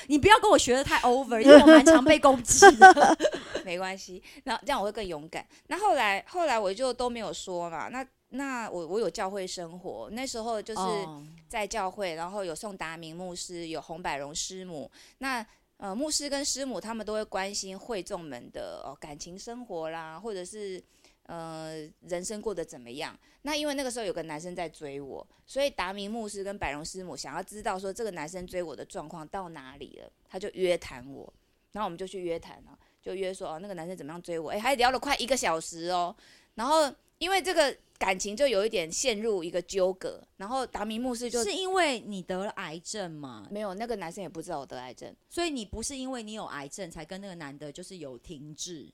Speaker 3: 你不要跟我学的太 over，因为我 蛮常被攻击的。
Speaker 5: 没关系，然后这样我会更勇敢。那后来后来我就都没有说嘛，那。那我我有教会生活，那时候就是
Speaker 3: 哦
Speaker 5: 在教会，然后有宋达明牧师，有洪百荣师母。那呃，牧师跟师母他们都会关心会众们的哦感情生活啦，或者是呃人生过得怎么样。那因为那个时候有个男生在追我，所以达明牧师跟百荣师母想要知道说这个男生追我的状况到哪里了，他就约谈我，然后我们就去约谈了，就约说哦那个男生怎么样追我，哎，还聊了快一个小时哦，然后因为这个感情就有一点陷入一个纠葛，然后达明牧师就是
Speaker 3: 因为你得了癌症嘛，
Speaker 5: 没有那个男生也不知道我得癌症，
Speaker 3: 所以你不是因为你有癌症才跟那个男的，就是有停滞。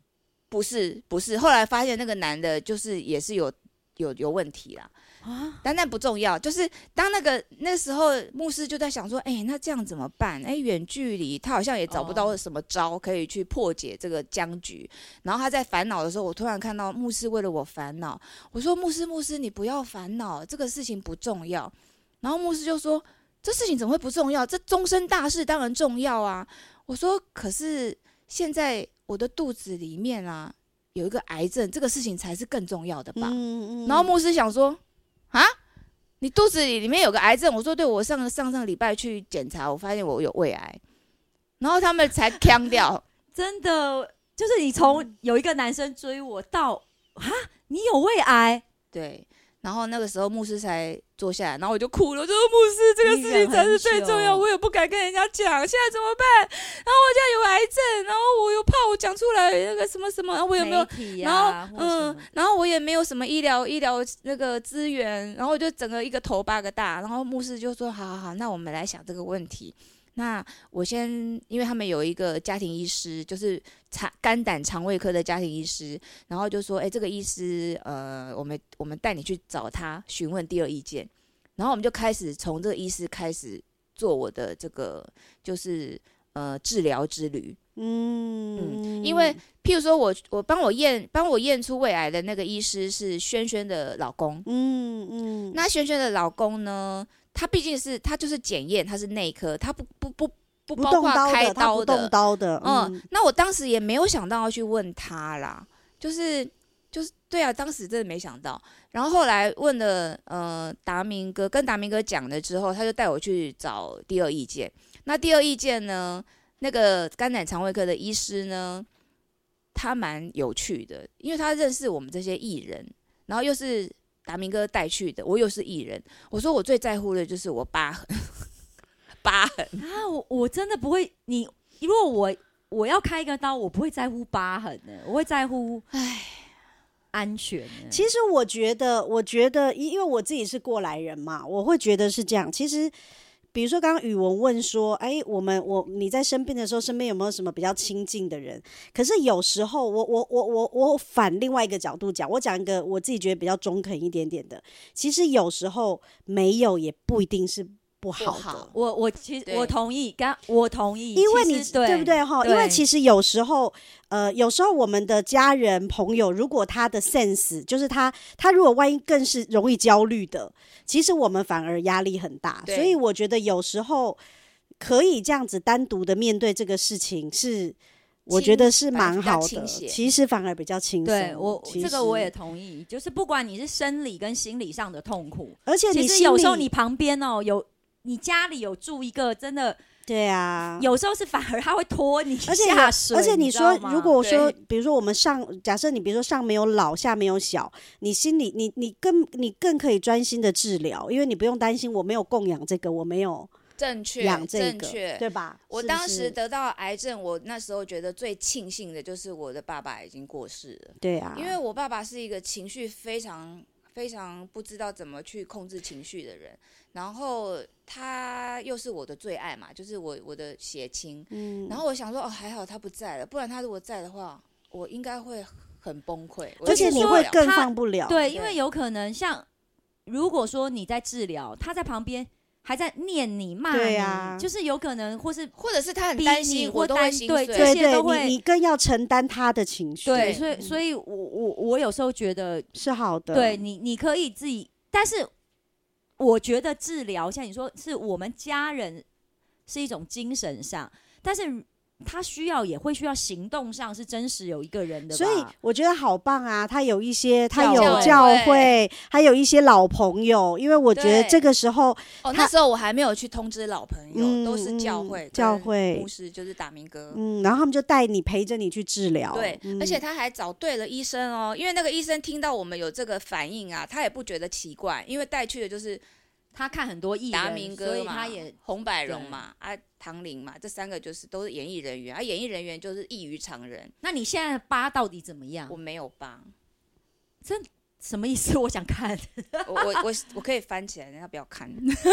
Speaker 5: 不是不是，后来发现那个男的就是也是有有有问题啦。
Speaker 3: 啊，
Speaker 5: 但那不重要，就是当那个那时候牧师就在想说，哎、那这样怎么办？哎、远距离他好像也找不到
Speaker 3: 哦
Speaker 5: 什么招可以去破解这个僵局。然后他在烦恼的时候，我突然看到牧师为了我烦恼，我说牧师牧师，你不要烦恼，这个事情不重要。然后牧师就说，这事情怎么会不重要？这终身大事当然重要啊。我说，可是现在我的肚子里面啊有一个癌症，这个事情才是更重要的吧？
Speaker 4: 嗯
Speaker 5: 然后牧师想说，啊，你肚子里里面有个癌症？我说对，我上上上礼拜去检查，我发现我有胃癌。然后他们才 腔掉，
Speaker 3: 真的就是你从有一个男生追我到啊，你有胃癌，
Speaker 5: 对，然后那个时候牧师才坐下来，然后我就哭了，我就说牧师这个
Speaker 3: 你
Speaker 5: 事
Speaker 3: 忍
Speaker 5: 情才是
Speaker 3: 很
Speaker 5: 最重要，
Speaker 3: 久
Speaker 5: 我也不敢跟人家讲，现在怎么办？然后我现在有癌症，然后我又怕我讲出来那个什么啊什么，然后我有没有
Speaker 3: 媒体
Speaker 5: 然
Speaker 3: 呀
Speaker 5: 后
Speaker 3: 或什
Speaker 4: 呃
Speaker 5: 嗯
Speaker 3: 么，
Speaker 5: 然后我也没有什么医疗医疗那个资源，然后我就整个一个头八个大，然后牧师就说好好好，那我们来想这个问题。那我先，因为他们有一个家庭医师，就是肠肝胆肠胃科的家庭医师，然后就说，哎、这个医师，呃，我们我们带你去找他询问第二意见，然后我们就开始从这个医师开始做我的这个就是呃治疗之旅，
Speaker 4: 嗯，
Speaker 5: 因为譬如说我我帮我验帮我验出胃癌的那个医师是轩轩的老公，
Speaker 4: 嗯嗯，
Speaker 5: 那轩轩的老公呢，他毕竟是他就是检验，他是内科，他不不不不
Speaker 4: 不
Speaker 5: 包
Speaker 4: 动
Speaker 5: 括
Speaker 4: 刀
Speaker 5: 开
Speaker 4: 的，他不动刀的，
Speaker 5: 嗯，那我当时也没有想到要去问他啦，就是就是对啊，当时真的没想到。然后后来问了呃达明哥，跟达明哥讲了之后，他就带我去找第二意见。那第二意见呢，那个肝胆肠胃科的医师呢，他蛮有趣的，因为他认识我们这些艺人，然后又是达明哥带去的，我又是艺人。我说我最在乎的就是我疤痕，疤痕。
Speaker 3: 啊，我我真的不会，你如果我我要开一个刀，我不会在乎疤痕的、我会在乎安全、欸。
Speaker 4: 其实我觉得，我觉得，因因为我自己是过来人嘛，我会觉得是这样。其实，比如说刚刚宇文问说，哎，我们我你在生病的时候，身边有没有什么比较亲近的人？可是有时候我，我我我我我反另外一个角度讲，我讲一个我自己觉得比较中肯一点点的。其实有时候没有也不一定是不好的。
Speaker 5: 好
Speaker 3: 我我其实
Speaker 5: 对
Speaker 3: 我同意，刚我同意，
Speaker 4: 因为
Speaker 3: 其
Speaker 4: 你
Speaker 3: 实对
Speaker 4: 对不对哈？因为
Speaker 3: 对
Speaker 4: 其实有时候，呃，有时候我们的家人朋友，如果他的 sense 就是他，他如果万一更是容易焦虑的，其实我们反而压力很大。
Speaker 5: 对
Speaker 4: 所以我觉得有时候可以这样子单独的面对这个事情是。我觉得是蛮好
Speaker 5: 反而
Speaker 4: 的，
Speaker 5: 比较倾斜
Speaker 4: 其实反而比较轻松。
Speaker 3: 对我
Speaker 4: 其
Speaker 3: 这
Speaker 4: 实
Speaker 3: 个我也，同意，就是不管你是生理跟心理上的痛苦，
Speaker 4: 而且
Speaker 3: 其
Speaker 4: 你
Speaker 3: 实
Speaker 4: 心
Speaker 3: 有时候
Speaker 4: 里
Speaker 3: 你旁边哦有。你家里有住一个，真的
Speaker 4: 对啊，
Speaker 3: 有时候是反而他会拖你
Speaker 4: 而且有
Speaker 3: 下水，
Speaker 4: 而且
Speaker 3: 你
Speaker 4: 你
Speaker 3: 知道
Speaker 4: 说，
Speaker 3: 吗
Speaker 4: 如果我说
Speaker 5: 对，
Speaker 4: 比如说我们上，假设你比如说上没有老，下没有小，你心里你你更你更可以专心的治疗，因为你不用担心我没有供养这个，我没有
Speaker 5: 正确，
Speaker 4: 养这
Speaker 5: 正
Speaker 4: 个，
Speaker 5: 确，
Speaker 4: 对吧？
Speaker 5: 我
Speaker 4: 是不
Speaker 5: 当时
Speaker 4: 是
Speaker 5: 得到癌症，我那时候觉得最庆幸的就是我的爸爸已经过世了，
Speaker 4: 对啊，
Speaker 5: 因为我爸爸是一个情绪非常非常不知道怎么去控制情绪的人，然后他又是我的最爱嘛，就是我我的血亲，
Speaker 4: 嗯，
Speaker 5: 然后我想说哦还好他不在了，不然他如果在的话，我应该会很崩溃，我
Speaker 4: 而且
Speaker 5: 就
Speaker 4: 你
Speaker 5: 受不
Speaker 4: 会
Speaker 5: 了
Speaker 4: 更
Speaker 3: 他
Speaker 4: 放不了，
Speaker 3: 对，
Speaker 5: 对
Speaker 3: 因为有可能像如果说你在治疗，他在旁边还在念你骂
Speaker 4: 对
Speaker 3: 你，
Speaker 4: 啊
Speaker 3: 就是有可能或是
Speaker 5: 或者是他很
Speaker 3: 逼
Speaker 5: 担
Speaker 3: 你
Speaker 5: 心，
Speaker 3: 或
Speaker 5: 我都会
Speaker 3: 担
Speaker 5: 心
Speaker 3: 对
Speaker 5: 碎，
Speaker 3: 这
Speaker 4: 对
Speaker 3: 些
Speaker 4: 对
Speaker 3: 都，会
Speaker 4: 你你更要承担他的情绪，嗯
Speaker 3: 对，
Speaker 5: 对
Speaker 3: 所以所以我我我有时候觉得，
Speaker 4: 是好的，
Speaker 3: 对你你可以自己，但是我觉得治疗像你说是我们家人是一种精神上，但是他需要也会需要行动上是真实有一个人的吧，
Speaker 4: 所以我觉得好棒啊！他有一些，他
Speaker 3: 教
Speaker 4: 有
Speaker 3: 会
Speaker 4: 教会，还有一些老朋友，因为我觉得
Speaker 5: 对
Speaker 4: 这个时候
Speaker 5: 哦，
Speaker 4: 他
Speaker 5: 那时候我还没有去通知老朋友，
Speaker 4: 嗯
Speaker 5: 都是教
Speaker 4: 嗯
Speaker 5: 会跟
Speaker 4: 教会
Speaker 5: 牧师，就是打明哥，
Speaker 4: 嗯，然后他们就带你陪着你去治疗。
Speaker 5: 对，
Speaker 4: 嗯
Speaker 5: 而且他还找对了医生哦，因为那个医生听到我们有这个反应啊，他也不觉得奇怪，因为带去的就是
Speaker 3: 他看很多艺人，
Speaker 5: 达明
Speaker 3: 所
Speaker 5: 哥
Speaker 3: 以
Speaker 5: 嘛，
Speaker 3: 他也
Speaker 5: 红百荣嘛，啊唐玲嘛，这三个就是都是演艺人员，啊演艺人员就是异于常人，
Speaker 3: 那你现在的疤到底怎么样
Speaker 5: 我？没有帮，
Speaker 3: 什么意思？我想看。
Speaker 5: 我我我我可以翻起来，人家不要 看，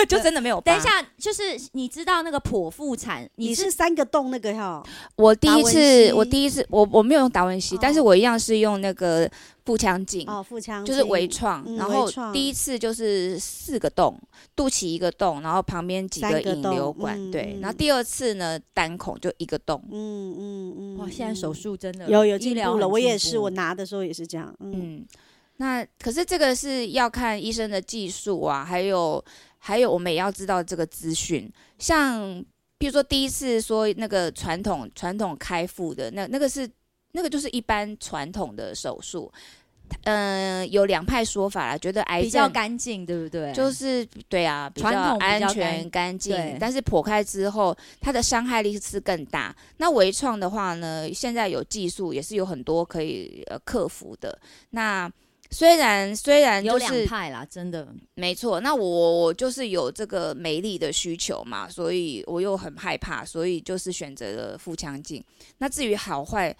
Speaker 5: 就真的没有疤。
Speaker 3: 等一下，就是你知道那个剖腹产，
Speaker 4: 你
Speaker 3: 你
Speaker 4: 是
Speaker 3: 是
Speaker 4: 三个洞那个哈，
Speaker 5: 我第
Speaker 3: 达
Speaker 5: 一
Speaker 3: 文
Speaker 5: 次
Speaker 3: 西
Speaker 5: 我第一次我我没有用达文西，
Speaker 3: 哦
Speaker 5: 但是我一样是用那个腹腔镜。
Speaker 4: 哦，腹腔
Speaker 5: 就是
Speaker 4: 镜
Speaker 5: 微创，
Speaker 4: 嗯
Speaker 5: 然
Speaker 4: 微
Speaker 5: 后
Speaker 4: 创
Speaker 5: 第一次就是四个洞，肚脐一个洞，然后旁边几
Speaker 4: 三个
Speaker 5: 引流
Speaker 4: 洞
Speaker 5: 管，
Speaker 4: 嗯
Speaker 5: 对
Speaker 4: 嗯，
Speaker 5: 然后第二次呢单孔就一个洞，
Speaker 4: 嗯嗯嗯，
Speaker 3: 哇，现在
Speaker 4: 嗯
Speaker 3: 手术真的
Speaker 4: 有有
Speaker 3: 医
Speaker 4: 进
Speaker 3: 疗
Speaker 4: 步了，
Speaker 3: 很
Speaker 4: 我也
Speaker 3: 进
Speaker 4: 是，
Speaker 3: 步
Speaker 4: 我拿的时候也是这样，嗯，
Speaker 5: 嗯，那可是这个是要看医生的技术啊，还有还有我们也要知道这个资讯，像比如说第一次说那个传统传统开腹的那那个是那个就是一般传统的手术。嗯、有两派说法啦，觉得癌
Speaker 3: 比较
Speaker 5: 症
Speaker 3: 干净，对不对？
Speaker 5: 就是对啊，比较
Speaker 3: 传统比较
Speaker 5: 安
Speaker 3: 干
Speaker 5: 全干净
Speaker 3: 对，
Speaker 5: 但是剖开之后，它的伤害力是更大。那微创的话呢，现在有技术，也是有很多可以呃克服的。那虽然虽然
Speaker 3: 有
Speaker 5: 就
Speaker 3: 两
Speaker 5: 是
Speaker 3: 派啦，真的。
Speaker 5: 没错，那我我就是有这个美丽的需求嘛，所以我又很害怕，所以就是选择了腹腔镜。那至于好坏，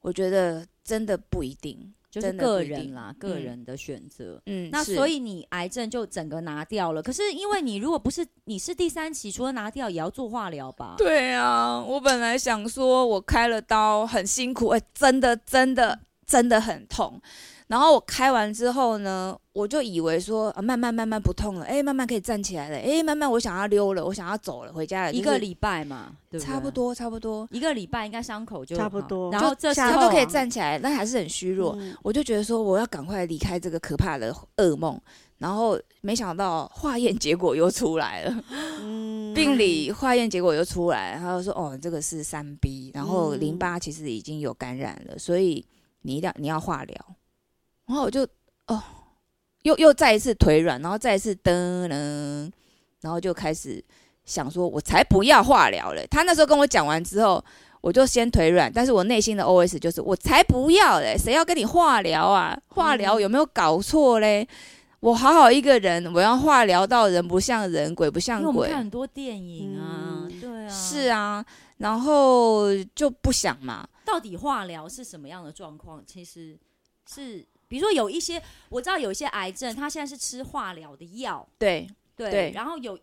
Speaker 5: 我觉得真的不一定。
Speaker 3: 就是
Speaker 5: 真的
Speaker 3: 个
Speaker 5: 不一定
Speaker 3: 人啦，个
Speaker 5: 嗯
Speaker 3: 人的选择。
Speaker 5: 嗯，
Speaker 3: 那
Speaker 5: 是
Speaker 3: 所以你癌症就整个拿掉了，可是因为你如果不是你是第三期，除了拿掉也要做化疗吧？
Speaker 5: 对啊，我本来想说我开了刀很辛苦，哎、真的真的真的很痛。然后我开完之后呢，我就以为说啊，慢慢慢慢不痛了，哎、慢慢可以站起来了，哎、慢慢我想要溜了，我想要走了，回家了，
Speaker 3: 一
Speaker 5: 就是
Speaker 3: 个礼拜嘛，对对
Speaker 5: 差不，多差不多，
Speaker 3: 一个礼拜应该伤口就
Speaker 4: 差不
Speaker 3: 好
Speaker 4: 多
Speaker 3: 然后
Speaker 4: 就
Speaker 3: 这时
Speaker 4: 差
Speaker 5: 他
Speaker 4: 不
Speaker 3: 候啊
Speaker 5: 都可以站起来，但还是很虚弱。
Speaker 4: 嗯
Speaker 5: 我就觉得说我要赶快离开这个可怕的噩梦，然后没想到化验结果又出来了。
Speaker 4: 嗯
Speaker 5: 病理化验结果又出来，他就说哦，这个是三 B，然后淋巴
Speaker 3: 嗯
Speaker 5: 其实已经有感染了，所以你一定要你要化疗。然后我就哦，又又再一次腿软，然后再一次噔噔，然后就开始想说，我才不要化疗嘞！他那时候跟我讲完之后，我就先腿软，但是我内心的 OS 就是，我才不要嘞，谁要跟你化疗啊？化
Speaker 3: 嗯
Speaker 5: 疗有没有搞错嘞？我好好一个人，我要化疗到人不像人，鬼不像
Speaker 3: 因为我们
Speaker 5: 鬼
Speaker 3: 看。很多电影啊，
Speaker 4: 嗯
Speaker 3: 对啊，
Speaker 5: 是啊，然后就不想嘛。
Speaker 3: 到底化疗是什么样的状况？其实是，比如说有一些我知道有一些癌症，他现在是吃化疗的药，
Speaker 5: 对
Speaker 3: 对，
Speaker 5: 对
Speaker 3: 然后有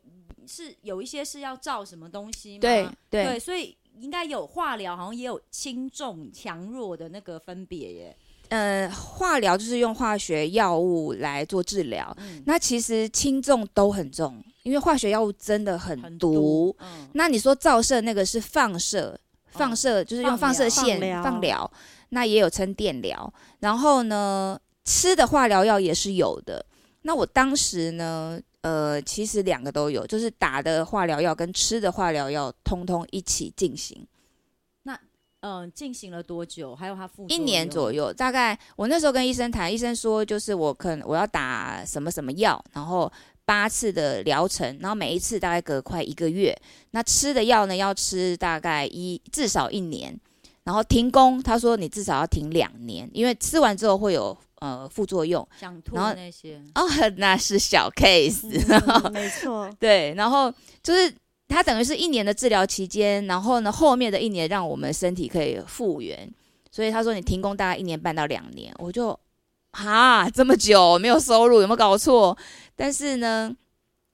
Speaker 3: 是有一些是要照什么东西吗？
Speaker 5: 对
Speaker 3: 嗯对
Speaker 5: 对，
Speaker 3: 所以应该有化疗，好像也有轻重强弱的那个分别耶。
Speaker 5: 嗯、化疗就是用化学药物来做治疗。
Speaker 3: 嗯，
Speaker 5: 那其实轻重都很重，因为化学药物真的很
Speaker 3: 很
Speaker 5: 毒。
Speaker 3: 毒，嗯，哦
Speaker 5: 那你说照射那个是放射，放射就是用
Speaker 3: 放
Speaker 5: 放
Speaker 3: 疗
Speaker 5: 射线
Speaker 4: 放疗
Speaker 5: 放疗，那也有称电疗。然后呢，吃的化疗药也是有的。那我当时呢，呃，其实两个都有，就是打的化疗药跟吃的化疗药通通一起进行。
Speaker 3: 嗯，进行了多久？还有它副
Speaker 5: 一年左
Speaker 3: 右，
Speaker 5: 右，大概我那时候跟医生谈，医生说就是我可能我要打什么什么药，然后八次的疗程，然后每一次大概隔快一个月，那吃的药呢要吃大概一至少一年，然后停工，他说你至少要停两年，因为吃完之后会有呃副作用。
Speaker 3: 想吐
Speaker 5: 然后
Speaker 3: 那些，
Speaker 5: 哦，那是小 case，
Speaker 4: 嗯没错，
Speaker 5: 对，然后就是它等于是一年的治疗期间，然后呢，后面的一年让我们身体可以复原。所以他说你停工大概一年半到两年，我就哈这么久没有收入，有没有搞错？但是呢，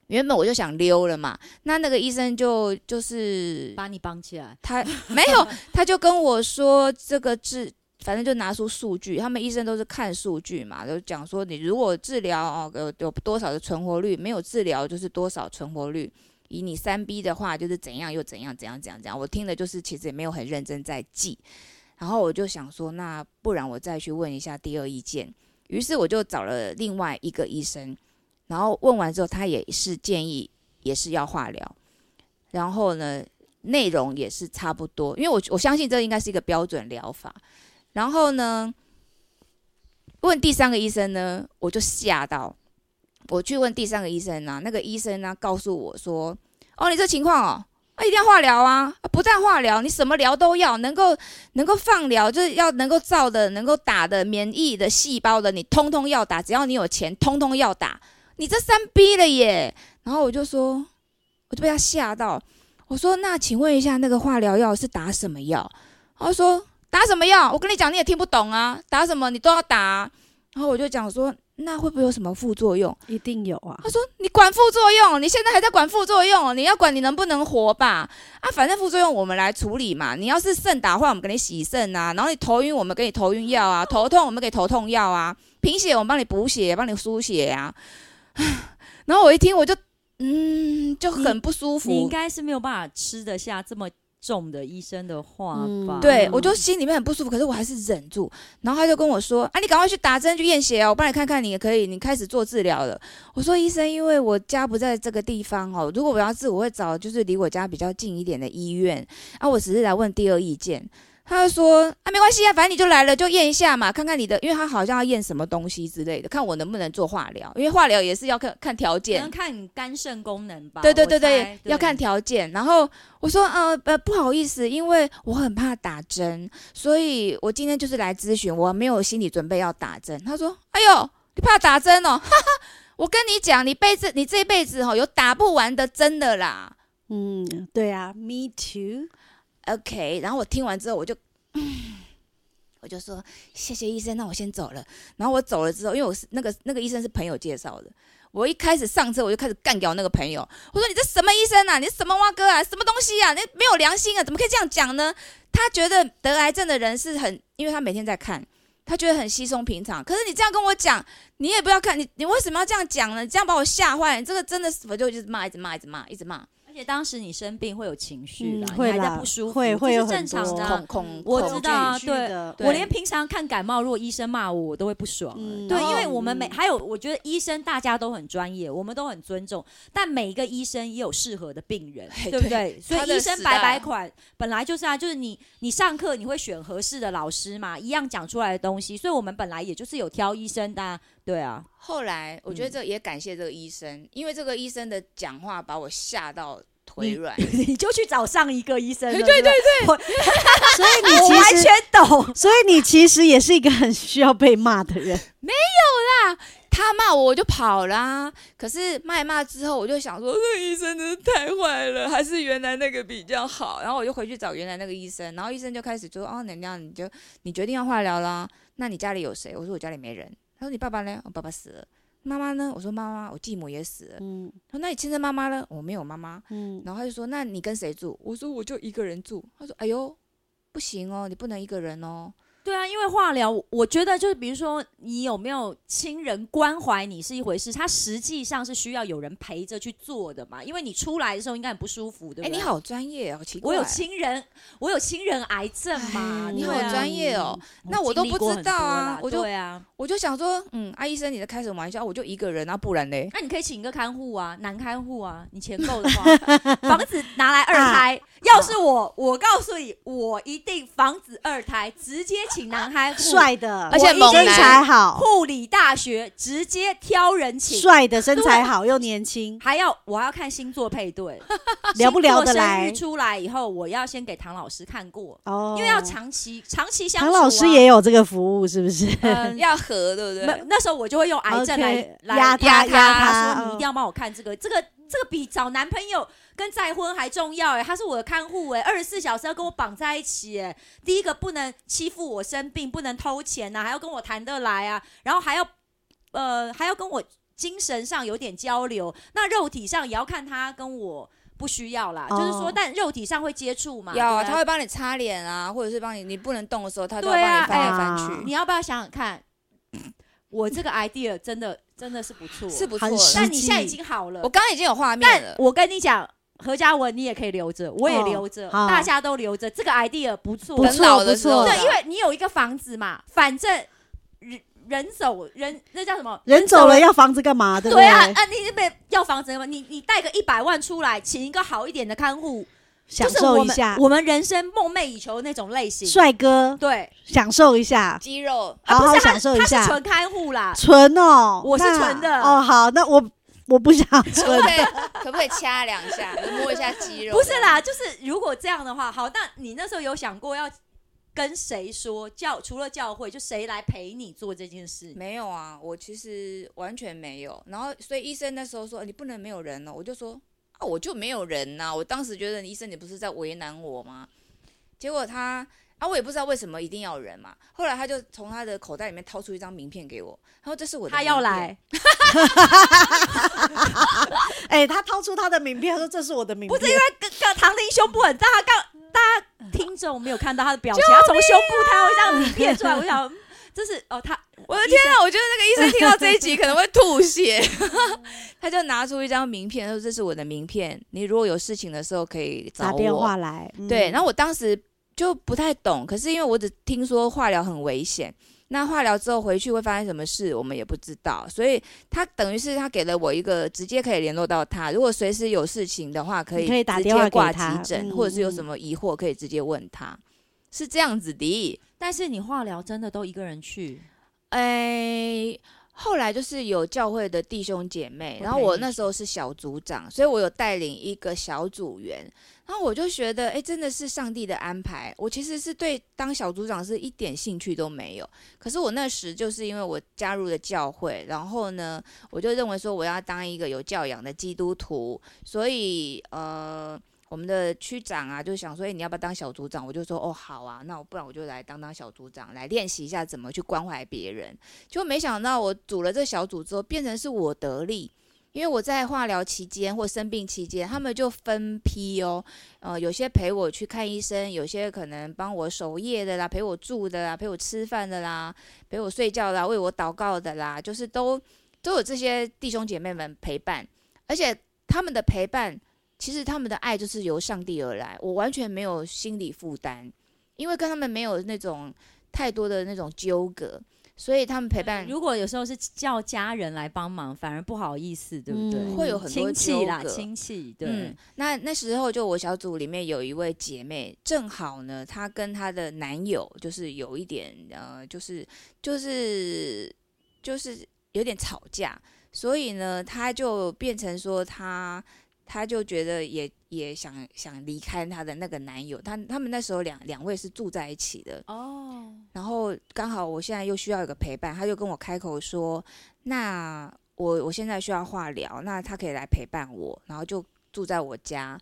Speaker 5: 原本我就想溜了嘛，那那个医生就就是
Speaker 3: 把你绑起来，
Speaker 5: 他没有，他就跟我说这个治，反正就拿出数据，他们医生都是看数据嘛，就讲说你如果治疗哦有有多少的存活率，没有治疗就是多少存活率。以你三 B 的话，就是怎样又怎样怎样怎样怎样。我听的就是其实也没有很认真在记，然后我就想说，那不然我再去问一下第二意见。于是我就找了另外一个医生，然后问完之后，他也是建议也是要化疗，然后呢，内容也是差不多，因为我我相信这应该是一个标准疗法。然后呢，问第三个医生呢，我就吓到，我去问第三个医生啊呢、那个医生呢、告诉我说，哦，你这情况哦。啊，一定要化疗啊！啊不但化疗，你什么疗都要，能够能够放疗，就是要能够造的、能够打的、免疫的细胞的，你通通要打，只要你有钱，通通要打。你这三逼了耶！然后我就说，我就被他吓到，我说：“那请问一下，那个化疗药是打什么药？”他说：“打什么药？我跟你讲，你也听不懂啊，打什么你都要打啊、然后我就讲说：“那会不会有什么副作用
Speaker 4: 一定有啊。？”
Speaker 5: 你管副作用，你现在还在管副作用，你要管你能不能活吧？啊，反正副作用我们来处理嘛。你要是肾打坏，我们给你洗肾啊；然后你头晕，我们给你头晕药啊；头痛，我们给头痛药啊；贫血，我们帮你补血，帮你输血啊。 然后我一听，我就嗯，就很不舒服。
Speaker 3: 你应该是没有办法吃得下这么重的医生的话
Speaker 4: 嗯
Speaker 3: 吧？
Speaker 5: 对，
Speaker 4: 嗯
Speaker 5: 我就心里面很不舒服，可是我还是忍住。然后他就跟我说：“啊，你赶快去打针去验血哦，我帮你看看，你也可以，你开始做治疗了。”我说：“医生，因为我家不在这个地方哦，如果我要治，我会找就是离我家比较近一点的医院。啊，我只是来问第二意见。”他就说啊，没关系啊，反正你就来了，就验一下嘛，看看你的，因为他好像要验什么东西之类的，看我能不能做化疗，因为化疗也是要看看条
Speaker 3: 可
Speaker 5: 件
Speaker 3: 能，看你肝肾功能吧。
Speaker 5: 对对对
Speaker 3: 我
Speaker 5: 对
Speaker 3: 猜，
Speaker 5: 要看条件。然后我说，呃呃，不好意思，因为我很怕打针，所以我今天就是来咨询，我没有心理准备要打针。他说，哎呦，你怕打针哦，哈哈，我跟你讲，你辈子你这辈子哦有打不完的针的啦。
Speaker 4: 嗯，对啊，Me too。
Speaker 5: OK，然后我听完之后，我就，我就说谢谢医生，那我先走了。然后我走了之后，因为我是那个那个医生是朋友介绍的，我一开始上车我就开始干掉那个朋友，我说你这什么医生啊，你是什么蛙哥啊，什么东西啊，你没有良心啊，怎么可以这样讲呢？他觉得得癌症的人是很，因为他每天在看。他觉得很稀松平常，可是你这样跟我讲，你也不要看你，你为什么要这样讲呢？你这样把我吓坏，你这个真的是，我就一直骂，一直骂，一直骂，一直骂，
Speaker 3: 而且当时你生病会有情绪啦，
Speaker 4: 嗯
Speaker 3: 你
Speaker 4: 会
Speaker 3: 还在
Speaker 4: 啦
Speaker 3: 不舒服，
Speaker 4: 会
Speaker 3: 这
Speaker 4: 会有
Speaker 3: 是正常
Speaker 4: 很
Speaker 3: 的
Speaker 4: 多
Speaker 3: 啊
Speaker 5: 恐。恐，
Speaker 3: 我
Speaker 5: 恐
Speaker 3: 知道啊
Speaker 4: 恐惧
Speaker 3: 对
Speaker 4: 的
Speaker 5: 对
Speaker 3: 我连平常看感冒，如果医生骂我，我都会不爽了。
Speaker 4: 嗯
Speaker 3: 对，
Speaker 4: 然后
Speaker 3: 因为我们每
Speaker 4: 嗯
Speaker 3: 还有，我觉得医生大家都很专业，我们都很尊重，但每一个医生也有适合的病人，
Speaker 5: 嘿
Speaker 3: 对不对？所
Speaker 5: 他
Speaker 3: 以
Speaker 5: 的
Speaker 3: 医生
Speaker 5: 时代
Speaker 3: 百百款本来就是啊，就是你你上课你会选合适的老师嘛，一样讲出来的东西，所以我们本来也就是有挑医生的、啊，对啊，
Speaker 5: 后来我觉得这也感谢这个医生，因为这个医生的讲话把我吓到腿软。
Speaker 3: 你就去找上一个医生了，
Speaker 5: 对
Speaker 3: 对对
Speaker 4: 所以 你
Speaker 3: 我
Speaker 4: 其
Speaker 3: 完
Speaker 4: 实
Speaker 3: 全，懂，
Speaker 4: 所以你其实也是一个很需要被骂 的人。
Speaker 5: 他骂我我就跑啦、可是骂一骂之后，我就想说，这个医生真是太坏了，还是原来那个比较好。然后我就回去找原来那个医生，然后医生就开始说，哦，能量你就你决定要化疗啦，那你家里有谁？我说我家里没人。他说你爸爸呢？我爸爸死了。妈妈呢？我说妈妈，我继母也死了。
Speaker 4: 嗯
Speaker 5: 他说那你亲生妈妈呢？我没有妈妈。
Speaker 4: 嗯，
Speaker 5: 然后他就说：“那你跟谁住？”我说：“我就一个人住。”他说：“哎呦，不行哦，你不能一个人哦。
Speaker 3: 对啊，因为化疗，我我觉得就是比如说你有没有亲人关怀你是一回事，它实际上是需要有人陪着去做的嘛，因为你出来的时候应该很不舒服，”对
Speaker 5: 哎，
Speaker 3: 不对？
Speaker 5: 你，好专业哦，奇怪，
Speaker 3: 我有亲人，我有亲人癌症嘛，
Speaker 4: 哎
Speaker 5: 你好
Speaker 3: 对啊
Speaker 5: 专业哦。那
Speaker 3: 我
Speaker 5: 我都
Speaker 3: 经历
Speaker 5: 不
Speaker 3: 过
Speaker 5: 知
Speaker 3: 很
Speaker 5: 道
Speaker 3: 多
Speaker 5: 啊
Speaker 3: 啦，
Speaker 5: 我就
Speaker 3: 对啊，
Speaker 5: 我就想说，嗯，阿医生，你在开什么玩笑？我就一个人啊，不然嘞？
Speaker 3: 那你可以请一个看护啊，男看护啊，你钱 够的话，房子拿来二
Speaker 5: 啊
Speaker 3: 胎。要是我，我告诉你，我一定房子二胎，直接请男看护，
Speaker 4: 帅的，
Speaker 5: 啊而且
Speaker 4: 我
Speaker 5: 猛
Speaker 4: 身
Speaker 5: 男
Speaker 4: 材好，
Speaker 3: 护理大学直接挑人请，
Speaker 4: 帅的身材好又年轻，
Speaker 3: 还要我还要看星座配对，
Speaker 4: 聊不聊得
Speaker 3: 星座生日
Speaker 4: 来？
Speaker 3: 出来以后，我要先给唐老师看过，
Speaker 4: 哦，
Speaker 3: 因为要长期长期相处、
Speaker 4: 唐
Speaker 3: 啊。
Speaker 4: 老师也有这个服务，是不是？
Speaker 3: 嗯。
Speaker 5: 要和对不
Speaker 3: 没
Speaker 5: 对？
Speaker 3: 那时候我就会用癌症来
Speaker 4: OK，
Speaker 3: 来
Speaker 4: 压
Speaker 3: 他，
Speaker 4: 他压
Speaker 3: 他
Speaker 4: 他
Speaker 3: 说你一定要帮我看这个，这个这个比找男朋友跟再婚还重要哎、他是我的看护哎、二十四小时要跟我绑在一起哎、第一个不能欺负我生病，不能偷钱啊呐、还要跟我谈得来啊，然后还要呃还要跟我精神上有点交流，那肉体上也要看他跟我不需要啦，
Speaker 4: 哦
Speaker 3: 就是说但肉体上会接触嘛，
Speaker 5: 要啊，
Speaker 3: 对不
Speaker 5: 他
Speaker 3: 对
Speaker 5: 会帮你擦脸啊，或者是帮你，你不能动的时候，他都要
Speaker 3: 对
Speaker 5: 帮
Speaker 3: 啊
Speaker 5: 你翻来翻
Speaker 4: 哎
Speaker 5: 去，
Speaker 3: 你要不要想想看，我这个 idea 真的真的是不错，
Speaker 5: 是不错
Speaker 4: 很
Speaker 5: 的。
Speaker 4: 实
Speaker 3: 但你现在已经好了
Speaker 5: 我，刚刚已经有画面
Speaker 3: 但
Speaker 5: 了，
Speaker 3: 我跟你讲，何嘉文你也可以留着，我也
Speaker 4: 哦
Speaker 3: 留着，
Speaker 4: 好
Speaker 3: 大家都留着，这个 idea 不错。
Speaker 4: 不
Speaker 5: 等老
Speaker 4: 错不
Speaker 5: 的时候
Speaker 4: 错，
Speaker 3: 对，因为你有一个房子嘛，反正人人走 人那叫什么？
Speaker 4: 人走了要房子干嘛？对不
Speaker 3: 对
Speaker 4: 对？
Speaker 3: 啊，啊，你被要房子嘛？你你带个一百万出来，请一个好一点的看护，
Speaker 4: 享
Speaker 3: 就是
Speaker 4: 受
Speaker 3: 我
Speaker 4: 一
Speaker 3: 们
Speaker 4: 下，
Speaker 3: 我们人生梦寐以求的那种类型。
Speaker 4: 帅哥，
Speaker 3: 对，
Speaker 4: 享受一下，
Speaker 5: 肌肉
Speaker 4: 好
Speaker 3: 啊不
Speaker 4: 好
Speaker 3: 是他
Speaker 4: 享受一
Speaker 3: 他是
Speaker 4: 下。
Speaker 3: 纯看护啦，
Speaker 4: 纯哦，
Speaker 3: 我是
Speaker 4: 那
Speaker 3: 纯的
Speaker 4: 哦。好，那我我不想
Speaker 5: 可不
Speaker 4: 纯，
Speaker 5: 可以可不可以掐两下，摸一下肌肉？
Speaker 3: 不是啦，就是如果这样的话，好，那你那时候有想过要跟谁说教？除了教会，就谁来陪你做这件事？
Speaker 5: 没有啊，我其实完全没有。然后，所以医生那时候说你不能没有人哦，我就说啊，我就没有人呐、我当时觉得医生你不是在为难我吗？结果他啊，我也不知道为什么一定要有人嘛。后来他就从他的口袋里面掏出一张名片给我，他说这是我的。
Speaker 3: 他要，来，
Speaker 4: 哎，他掏出他的名片，他说这是我的名
Speaker 3: 不
Speaker 4: 片，
Speaker 3: 是因为跟跟唐林胸部很大，他刚大家听众没有看到他的表情，他从胸部他会这样子变出来，我想。嗯这是哦，他
Speaker 5: 我的天啊！我觉得那个医生听到这一集可能会吐血。他就拿出一张名片，他说这是我的名片，你如果有事情的时候可以找
Speaker 4: 打
Speaker 5: 我。
Speaker 4: 电话来，
Speaker 3: 啊
Speaker 4: 嗯
Speaker 5: 对，然后我当时就不太懂，可是因为我只听说化疗很危险，那化疗之后回去会发生什么事，我们也不知道，所以他等于是他给了我一个直接可以联络到他，如果随时有事情的话，可以
Speaker 4: 你可以打
Speaker 5: 直
Speaker 4: 电话
Speaker 5: 接
Speaker 4: 给
Speaker 5: 挂急
Speaker 4: 他
Speaker 5: 诊，
Speaker 4: 嗯
Speaker 5: 或者是有什
Speaker 4: 嗯
Speaker 5: 么疑惑可以直接问他。是这样子的。
Speaker 3: 但是你化疗真的都一个人去，
Speaker 5: 哎，后来就是有教会的弟兄姐妹，
Speaker 3: 会
Speaker 5: 然后
Speaker 3: 陪
Speaker 5: 我
Speaker 3: 你
Speaker 5: 那时候是小组长，所以我有带领一个小组员，然后我就觉得，哎，真的是上帝的安排。我其实是对当小组长是一点兴趣都没有，可是我那时就是因为我加入了教会，然后呢，我就认为说我要当一个有教养的基督徒，所以呃。我们的区长啊，就想说，哎、你要不要当小组长？我就说，哦，好啊，那我不然我就来当当小组长，来练习一下怎么去关怀别人。就没想到我组了这小组之后，变成是我得利，因为我在化疗期间或生病期间，他们就分批哦，呃，有些陪我去看医生，有些可能帮我守夜的啦，陪我住的啦，陪我吃饭的啦，陪我睡觉的啦，为我祷告的啦，就是都都有这些弟兄姐妹们陪伴，而且他们的陪伴，其实他们的爱就是由上帝而来，我完全没有心理负担，因为跟他们没有那种太多的那种纠葛，所以他们陪伴
Speaker 3: 如果有时候是叫家人来帮忙，反而不好意思，对不对？
Speaker 4: 嗯
Speaker 5: 会有很多
Speaker 3: 亲戚啦，
Speaker 5: 纠葛
Speaker 3: 亲戚对。
Speaker 5: 嗯，那那时候就我小组里面有一位姐妹，正好呢，她跟她的男友就是有一点呃，就是就是就是有点吵架，所以呢，她就变成说她她就觉得也也想想离开她的那个男友，她他们那时候两两位是住在一起的，
Speaker 3: 哦，
Speaker 5: 然后刚好我现在又需要一个陪伴，他就跟我开口说：“那我我现在需要化疗，那他可以来陪伴我，然后就住在我家，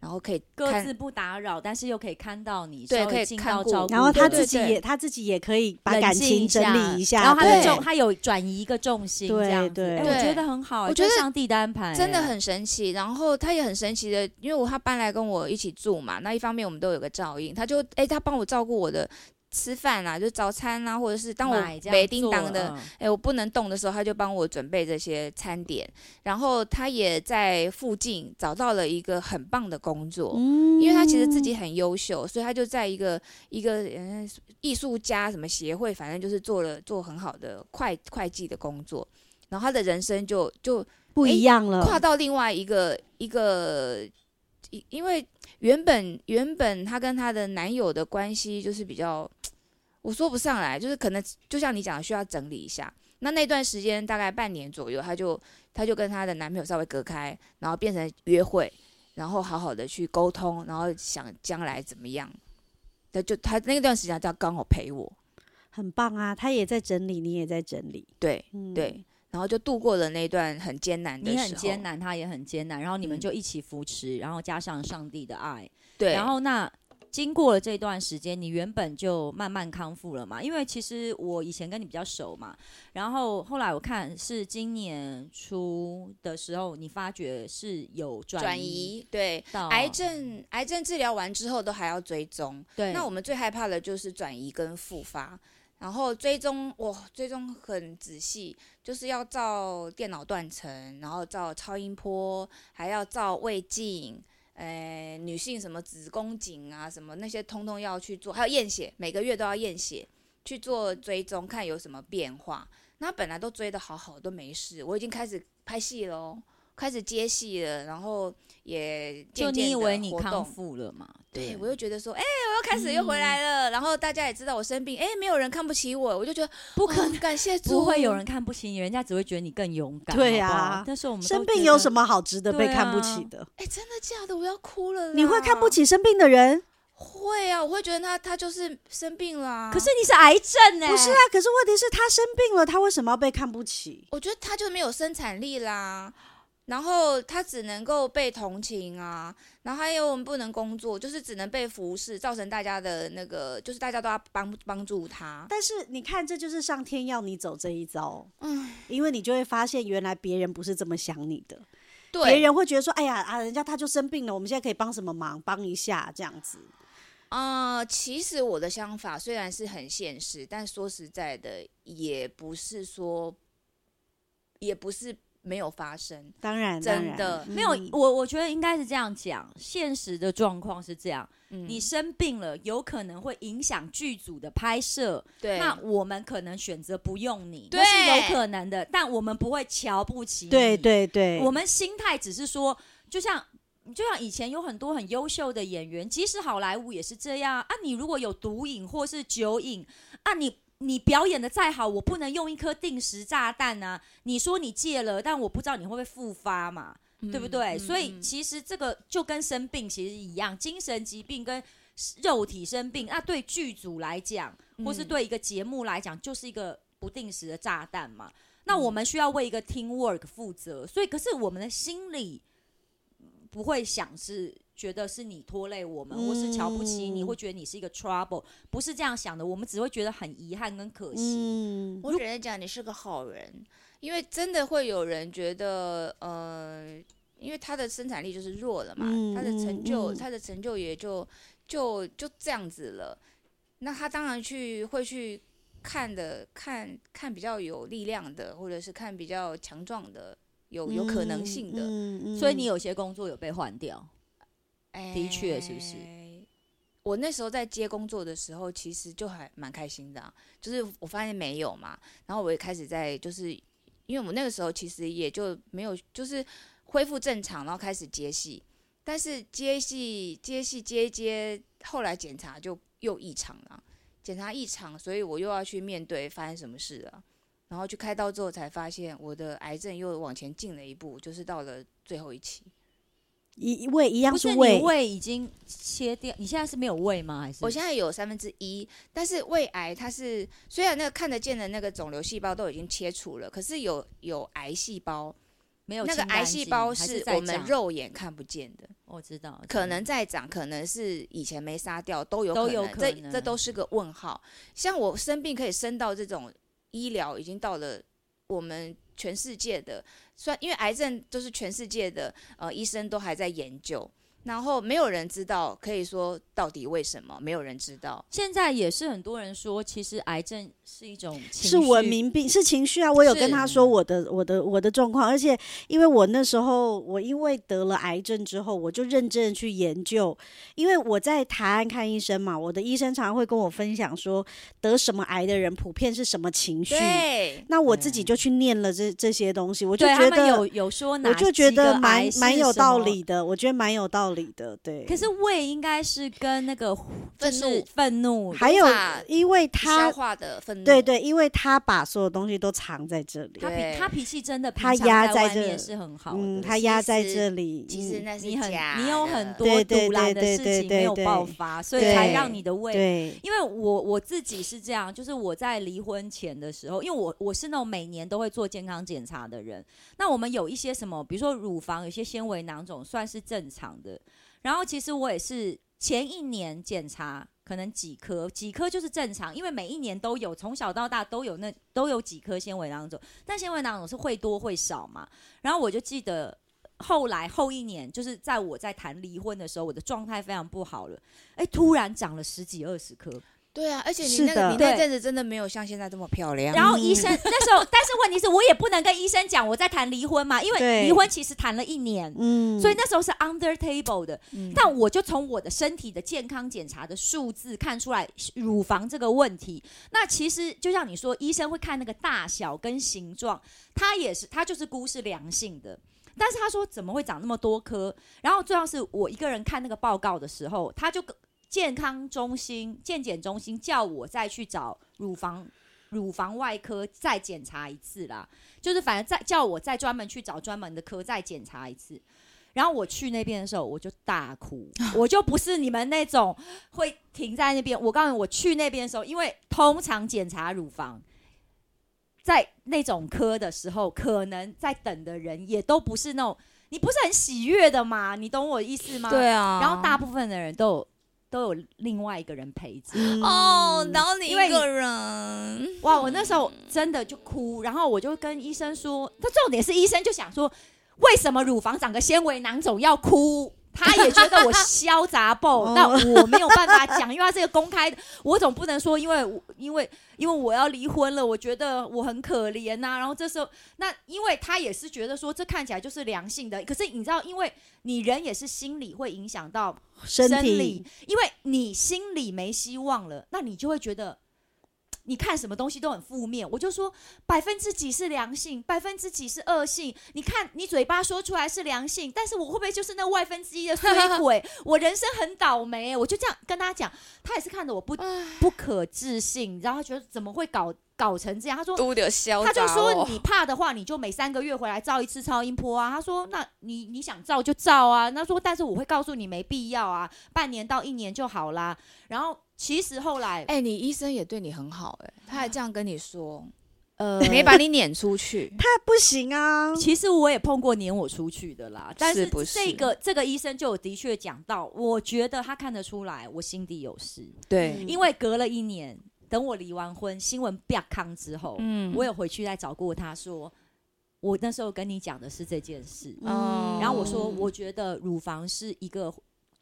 Speaker 5: 然后可以
Speaker 3: 各
Speaker 5: 看
Speaker 3: 自不打扰，但是又可以看到你，
Speaker 5: 对
Speaker 3: 稍微
Speaker 5: 可以
Speaker 3: 尽
Speaker 5: 看
Speaker 3: 到
Speaker 5: 顾
Speaker 3: 照顾
Speaker 5: 我
Speaker 3: 你，
Speaker 4: 然后他
Speaker 5: 对
Speaker 4: 自己
Speaker 5: 对
Speaker 4: 也他自己也可以把
Speaker 3: 冷
Speaker 4: 感
Speaker 3: 静
Speaker 4: 情整理一下，
Speaker 3: 然后他
Speaker 5: 对
Speaker 3: 的重他有转移一个重心，
Speaker 4: 对
Speaker 3: 这样子
Speaker 4: 对
Speaker 3: 哎
Speaker 5: 对
Speaker 3: 我觉得很好，
Speaker 5: 我
Speaker 3: 哎
Speaker 5: 觉得
Speaker 3: 这是上帝的安排，
Speaker 5: 真的
Speaker 3: 哎
Speaker 5: 很神奇。然后他也很神奇的，因为我他搬来跟我一起住嘛，那一方面我们都有个照应，他就诶，他帮我照顾我的吃饭啊，就早餐啊，或者是当我
Speaker 3: 买这样
Speaker 5: 没叮
Speaker 3: 做
Speaker 5: 当的。
Speaker 3: 嗯
Speaker 5: 哎、我不能动的时候，他就帮我准备这些餐点，然后他也在附近找到了一个很棒的工作，因为他其实自己很优秀，所以他就在一个一个嗯艺术家什么协会，反正就是做了做很好的会会计的工作，然后他的人生就就
Speaker 4: 不一样
Speaker 3: 嗯
Speaker 4: 了，
Speaker 5: 跨到另外一个一个，一因为原本原本她跟她的男友的关系就是比较，我说不上来，就是可能就像你讲的，需要整理一下。那那段时间大概半年左右，她就她就跟她的男朋友稍微隔开，然后变成约会，然后好好的去沟通，然后想将来怎么样。她就她那段时间，她刚好陪我，
Speaker 4: 很棒啊！他也在整理，你也在整理，
Speaker 5: 对
Speaker 4: 嗯
Speaker 5: 对，然后就度过了那段很艰难的
Speaker 3: 你
Speaker 5: 时候，
Speaker 3: 很艰，难，他也很艰难，然后你们
Speaker 5: 嗯
Speaker 3: 就一起扶持，然后加上上帝的爱，
Speaker 5: 对，
Speaker 3: 然后那经过了这段时间，你原本就慢慢康复了嘛？因为其实我以前跟你比较熟嘛，然后后来我看是今年初的时候，你发觉是有
Speaker 5: 转
Speaker 3: 转
Speaker 5: 移，对，
Speaker 3: 到
Speaker 5: 癌，症癌症治疗完之后都还要追踪，
Speaker 3: 对，
Speaker 5: 那我们最害怕的就是转移跟复发。然后追踪哇，追踪很仔细，就是要照电脑断层，然后照超音波，还要照胃镜，呃，女性什么子宫颈啊，什么那些通通要去做，还有验血，每个月都要验血去做追踪，看有什么变化。那本来都追得好好，都没事，我已经开始拍戏喽，开始接戏了，然后也
Speaker 3: 就
Speaker 5: 渐渐
Speaker 3: 你以
Speaker 5: 地
Speaker 3: 为你
Speaker 5: 活
Speaker 3: 康
Speaker 5: 动
Speaker 3: 复了嘛？
Speaker 5: 对，我又觉得说，哎、我又开始又回来
Speaker 3: 嗯
Speaker 5: 了，然后大家也知道我生病，哎、没有人看不起我，我就觉得
Speaker 3: 不可
Speaker 5: 哦
Speaker 3: 能。
Speaker 5: 感谢主，
Speaker 3: 不会有人看不起你，人家只会觉得你更勇敢。
Speaker 4: 对
Speaker 3: 好不好
Speaker 4: 啊
Speaker 3: 但是我们都
Speaker 4: 生
Speaker 3: 觉
Speaker 4: 病
Speaker 3: 得
Speaker 4: 有什么好值得被
Speaker 3: 对啊
Speaker 4: 看不起的？
Speaker 5: 哎、真的假的？我要哭了啦，
Speaker 4: 你会看不？起生病的人？
Speaker 5: 会啊，我会觉得他他就是生病啦。
Speaker 3: 可是你是癌症呢、
Speaker 4: 不是啊，可是问题是他生病了，他为什么要被看不起？
Speaker 5: 我觉得他就没有生产力啦，然后他只能够被同情啊，然后还有我们不能工作，就是只能被服侍，造成大家的那个，就是大家都要帮帮助他。
Speaker 4: 但是你看，这就是上天要你走这一招，嗯，因为你就会发现原来别人不是这么想你的，别
Speaker 5: 对，
Speaker 4: 人会觉得说，哎呀啊，人家他就生病了，我们现在可以帮什么忙？帮一下这样子，
Speaker 5: 啊、其实我的想法虽然是很现实，但说实在的，也不是说，也不是没有发生。
Speaker 4: 当然，
Speaker 5: 真
Speaker 4: 当然
Speaker 5: 的
Speaker 4: 嗯
Speaker 3: 没有，我我觉得应该是这样讲，现实的状况是这样，
Speaker 5: 嗯，
Speaker 3: 你生病了，有可能会影响剧组的拍摄，
Speaker 5: 对，
Speaker 3: 那我们可能选择不用你，
Speaker 5: 对
Speaker 3: 那是有可能的，但我们不会瞧不起你。
Speaker 4: 对，对对，
Speaker 3: 我们心态只是说，就像你就像以前有很多很优秀的演员，即使好莱坞也是这样啊。你如果有毒瘾或是酒瘾啊，你你表演的再好，我不能用一颗定时炸弹啊。你说你戒了，但我不知道你会不会复发嘛，对
Speaker 4: 嗯
Speaker 3: 不
Speaker 5: 嗯
Speaker 3: 对？所以其实这个就跟生病其实一样，精神疾病跟肉体生病，那对剧组来讲，或
Speaker 4: 嗯
Speaker 3: 是对一个节目来讲，就是一个不定时的炸弹嘛。
Speaker 4: 嗯
Speaker 3: 那我们需要为一个 team work 负责，所以可是我们的心里嗯不会想是觉得是你拖累我们，或是瞧不起你，
Speaker 4: 嗯
Speaker 3: 会觉得你是一个 trouble，不是这样想的。我们只会觉得很遗憾跟可惜。
Speaker 4: 嗯，
Speaker 5: 我只能讲你是个好人，因为真的会有人觉得，呃，因为他的生产力就是弱了嘛，
Speaker 4: 嗯
Speaker 5: 他的成就，
Speaker 4: 嗯嗯
Speaker 5: 他的成就也就就就这样子了。那他当然去会去看的，看看比较有力量的，或者是看比较强壮的，有有可能性的。
Speaker 4: 嗯嗯
Speaker 3: 所以你有些工作有被换掉，
Speaker 5: 的
Speaker 3: 确是不是？
Speaker 5: 我那时候在接工作的时候，其实就还蛮开心的啊、就是我发现没有嘛，然后我也开始在，就是因为我那个时候其实也就没有，就是恢复正常，然后开始接戏，但是接戏接戏接一接，后来检查就又异常了，检查异常，所以我又要去面对发生什么事了，然后去开刀之后才发现我的癌症又往前进了一步，就是到了最后一期。
Speaker 4: 一胃一样
Speaker 3: 不是你
Speaker 4: 胃，
Speaker 3: 胃已经切掉，你现在是没有胃吗？还是
Speaker 5: 我现在有三分之一，但是胃癌它是虽然那个看得见的那个肿瘤细胞都已经切除了，可是有有癌细胞，
Speaker 3: 没有
Speaker 5: 那个
Speaker 3: 清干
Speaker 5: 癌
Speaker 3: 净
Speaker 5: 细胞
Speaker 3: 还
Speaker 5: 是
Speaker 3: 在
Speaker 5: 我们
Speaker 3: 长哦
Speaker 5: 肉眼看不见的，
Speaker 3: 我知道，我知
Speaker 5: 可
Speaker 3: 道
Speaker 5: 能在长，可能是以前没杀掉，都有
Speaker 3: 都有
Speaker 5: 能，
Speaker 3: 可
Speaker 5: 这
Speaker 3: 能
Speaker 5: 这都是个问号。像我生病可以生到这种医疗已经到了我们全世界的，算因为癌症都是全世界的呃医生都还在研究。然后没有人知道，可以说到底为什么没有人知道。
Speaker 3: 现在也是很多人说，其实癌症是一种情
Speaker 4: 是文
Speaker 3: 绪
Speaker 4: 明病，是情绪啊！我有
Speaker 5: 是
Speaker 4: 跟他说我的我的我的状况，而且因为我那时候我因为得了癌症之后，我就认真的去研究，因为我在台湾看医生嘛，我的医生常常会跟我分享说，得什么癌的人普遍是什么情绪。
Speaker 5: 对，
Speaker 4: 那我自己就去念了这这些东西，我就
Speaker 3: 对他
Speaker 4: 觉
Speaker 3: 们
Speaker 4: 得，
Speaker 3: 有有说哪，
Speaker 4: 我就觉得蛮蛮有道。理的，我觉得蛮有道理的，对。
Speaker 3: 可是胃应该是跟那个
Speaker 5: 愤怒
Speaker 3: 就是愤怒，
Speaker 4: 还有
Speaker 5: 无法，
Speaker 4: 因为
Speaker 5: 消
Speaker 4: 他，
Speaker 5: 化的愤怒，
Speaker 4: 对，对，因为他把所有东西都藏在这里，
Speaker 3: 他
Speaker 5: 对
Speaker 3: 脾他脾气真的平
Speaker 4: 他
Speaker 3: 常
Speaker 4: 压
Speaker 3: 在
Speaker 4: 在
Speaker 3: 外
Speaker 4: 这
Speaker 3: 面是很好
Speaker 4: 嗯，
Speaker 3: 的。
Speaker 4: 他
Speaker 5: 其
Speaker 4: 压在
Speaker 5: 实
Speaker 4: 这里，
Speaker 5: 其
Speaker 4: 嗯
Speaker 5: 实那是
Speaker 3: 你很
Speaker 5: 假的
Speaker 3: 你有很多
Speaker 4: 对对
Speaker 3: 独揽的
Speaker 4: 对
Speaker 3: 事
Speaker 4: 对
Speaker 3: 情没有
Speaker 4: 对
Speaker 3: 爆
Speaker 4: 对
Speaker 3: 发，所以才
Speaker 4: 对
Speaker 3: 让你的胃
Speaker 4: 对，
Speaker 3: 因为我我自己是这样，就是我在离婚前的时候，因为我我是那种每年都会做健康检查的人。那我们有一些什么，比如说乳房有些纤维囊肿，算是正常的。然后其实我也是前一年检查，可能几颗几颗就是正常，因为每一年都有，从小到大都有那都有几颗纤维囊肿，但纤维囊肿是会多会少嘛。然后我就记得后来后一年，就是在我在谈离婚的时候，我的状态非常不好了，哎，突然长了十几二十颗。
Speaker 5: 对啊，而且你
Speaker 4: 是
Speaker 5: 那个
Speaker 4: 的
Speaker 5: 你那
Speaker 3: 对
Speaker 5: 阵子真的没有像现在这么漂亮，
Speaker 3: 然后医生那时候，但是问题是我也不能跟医生讲我在谈离婚嘛，因为
Speaker 4: 对
Speaker 3: 离婚其实谈了一年，
Speaker 4: 嗯，
Speaker 3: 所以那时候是 under table 的。但我就从我的身体的健康检查的数字看出来乳房这个问题。那其实就像你说，医生会看那个大小跟形状，他也是他就是估是良性的。但是他说怎么会长那么多颗？然后最要是我一个人看那个报告的时候，他就跟健康中心、健检中心叫我再去找乳房乳房外科再检查一次啦，就是反正再叫我再专门去找专门的科再检查一次。然后我去那边的时候，我就大 哭，我就不是你们那种会停在那边。我告诉你，我去那边的时候，因为通常检查乳房，在那种科的时候，可能在等的人也都不是那种，你不是很喜悦的嘛？你懂我意思吗？
Speaker 5: 对啊，
Speaker 3: 然后大部分的人都有都有另外一个人陪着。
Speaker 4: 嗯
Speaker 5: 哦，然后你
Speaker 3: 因为
Speaker 5: 一
Speaker 3: 你
Speaker 5: 个人，
Speaker 3: 哇，我那时候真的就哭，然后我就跟医生说，他重点是医生就想说，为什么乳房长个纤维囊肿要哭？他也觉得我潇洒爆，那我没有办法讲，因为他是个公开的，我总不能说因为我因为因为我要离婚了，我觉得我很可怜呐、然后这时候，那因为他也是觉得说这看起来就是良性的，可是你知道，因为你人也是心理会影响到
Speaker 4: 身
Speaker 3: 生
Speaker 4: 体
Speaker 3: 理，因为你心里没希望了，那你就会觉得你看什么东西都很负面。我就说百分之几是良性，百分之几是恶性。你看你嘴巴说出来是良性，但是我会不会就是那万分之一的 衰鬼？我人生很倒霉、欸我就这样跟他讲，他也是看着我不
Speaker 4: 嗯。
Speaker 3: 不可置信，然后他觉得怎么会搞搞成这样？他说
Speaker 5: 都得消
Speaker 3: 他就
Speaker 5: 哦
Speaker 3: 说你怕的话，你就每三个月回来照一次超音波啊。他说那你你想照就照啊。他说但是我会告诉你没必要啊，半年到一年就好啦。然后其实后来
Speaker 5: 哎、你医生也对你很好哎、他还这样跟你说，
Speaker 3: 呃
Speaker 5: 没把你撵出去
Speaker 4: 他不行啊，
Speaker 3: 其实我也碰过撵我出去的啦，但
Speaker 5: 是不是
Speaker 3: 这个这个医生就有的确讲到，我觉得他看得出来我心底有事，
Speaker 5: 对，
Speaker 3: 因为隔了一年，等我离完婚，新闻啪康之后，
Speaker 5: 嗯
Speaker 3: 我有回去再找过他说，我那时候跟你讲的是这件事，
Speaker 5: 嗯
Speaker 3: 然后我说，我觉得乳房是一个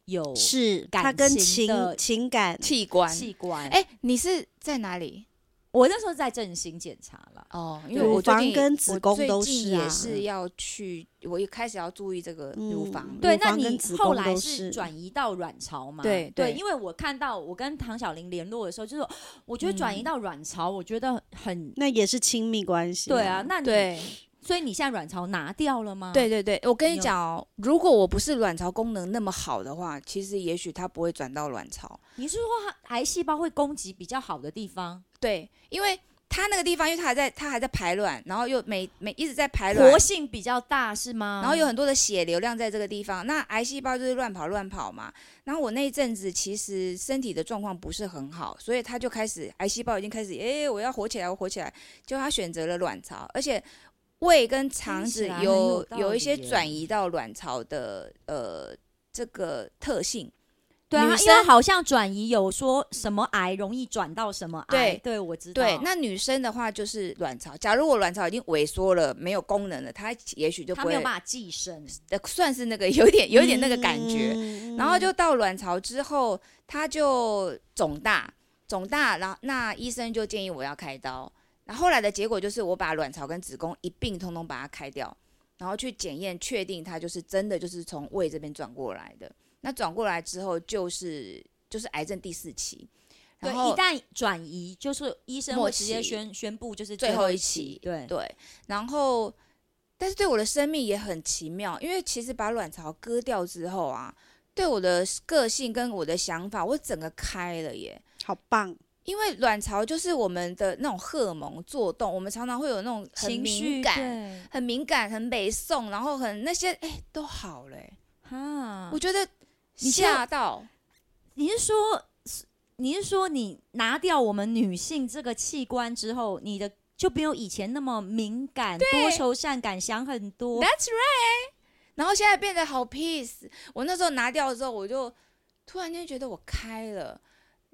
Speaker 3: 有
Speaker 4: 是
Speaker 3: 感
Speaker 4: 他跟
Speaker 3: 情的
Speaker 4: 情情感
Speaker 5: 器官。
Speaker 3: 器官，哎、
Speaker 5: 哎、你是在哪里？
Speaker 3: 我那时候在振兴检查了。
Speaker 5: 哦，因
Speaker 4: 对
Speaker 5: 为我
Speaker 4: 乳
Speaker 5: 最
Speaker 4: 房
Speaker 5: 近
Speaker 4: 跟子
Speaker 5: 我
Speaker 4: 宫
Speaker 5: 最
Speaker 4: 都
Speaker 5: 近
Speaker 4: 是
Speaker 5: 也
Speaker 4: 啊
Speaker 5: 是要去，我一开始要注意这个乳
Speaker 4: 嗯
Speaker 5: 房。
Speaker 3: 对，
Speaker 4: 乳
Speaker 3: 那
Speaker 4: 房跟
Speaker 3: 你
Speaker 4: 子
Speaker 3: 后
Speaker 4: 宫
Speaker 3: 来
Speaker 4: 都
Speaker 3: 是
Speaker 4: 是
Speaker 3: 转移到卵巢吗？
Speaker 5: 对
Speaker 3: 对，
Speaker 5: 对
Speaker 3: 因为我看到我跟唐小玲联络的时候，就是我觉得转移
Speaker 5: 嗯
Speaker 3: 到卵巢，我觉得很
Speaker 4: 那也是亲密关系。
Speaker 3: 对啊。，那你
Speaker 5: 对
Speaker 3: 所以你现在卵巢拿掉了吗？
Speaker 5: 对，对对，我跟
Speaker 3: 你
Speaker 5: 你
Speaker 3: 有
Speaker 5: 讲哦，如果我不是卵巢功能那么好的话，其实也许它不会转到卵巢。
Speaker 3: 你是说它癌细胞会攻击比较好的地方，
Speaker 5: 对，因为它那个地方，因为它还在它还在排卵，然后又每每一直在排卵
Speaker 3: 活，性比较大是吗？
Speaker 5: 然后有很多的血流量在这个地方，那癌细胞就是乱跑乱跑嘛。然后我那一阵子其实身体的状况不是很好，所以他就开始癌细胞已经开始，哎，我要活起来，我活起来。就他选择了卵巢，而且胃跟肠子
Speaker 3: 听起来很有
Speaker 5: 有
Speaker 3: 道
Speaker 5: 一些
Speaker 3: 理耶
Speaker 5: 转移到卵巢的呃这个特性。
Speaker 3: 对啊，
Speaker 5: 女
Speaker 3: 因为
Speaker 5: 生
Speaker 3: 好像转移有说什么癌容易转到什么癌，
Speaker 5: 对
Speaker 3: 对我知道。
Speaker 5: 对，那女生的话就是卵巢。假如我卵巢已经萎缩了，没有功能了，它也许就
Speaker 3: 它
Speaker 5: 不
Speaker 3: 没
Speaker 5: 会
Speaker 3: 有办法寄生，
Speaker 5: 呃算是那个有一点有一点那个感觉。
Speaker 4: 嗯
Speaker 5: 然后就到卵巢之后，它就肿大，肿大，然后那医生就建议我要开刀。然后后来的结果就是，我把卵巢跟子宫一并通通把它开掉，然后去检验确定它就是真的就是从胃这边转过来的。那转过来之后就是就是癌症第四期，
Speaker 3: 对，
Speaker 5: 然
Speaker 3: 一
Speaker 5: 后
Speaker 3: 旦转移，就是医生会
Speaker 5: 末
Speaker 3: 直接
Speaker 5: 期
Speaker 3: 宣宣布就是
Speaker 5: 最
Speaker 3: 后
Speaker 5: 后一
Speaker 3: 期
Speaker 5: 期，
Speaker 3: 对
Speaker 5: 对，然后但是对我的生命也很奇妙，因为其实把卵巢割掉之后啊，对我的个性跟我的想法，我整个开了耶。
Speaker 4: 好棒，
Speaker 5: 因为卵巢就是我们的那种荷尔蒙做动，我们常常会有那种很
Speaker 3: 情绪
Speaker 5: 敏感、
Speaker 3: 对
Speaker 5: 很敏感、很北宋，然后很那些哎、都好了、哎
Speaker 3: 哈
Speaker 5: 我，觉得
Speaker 3: 嗯你知道
Speaker 5: 吓到，
Speaker 3: 你是说，你是说你拿掉我们女性这个器官之后，你的就没有以前那么敏感、多愁善感，想很多。
Speaker 5: That's right。然后现在变得好 peace。我那时候拿掉之后，我就突然间觉得我开了。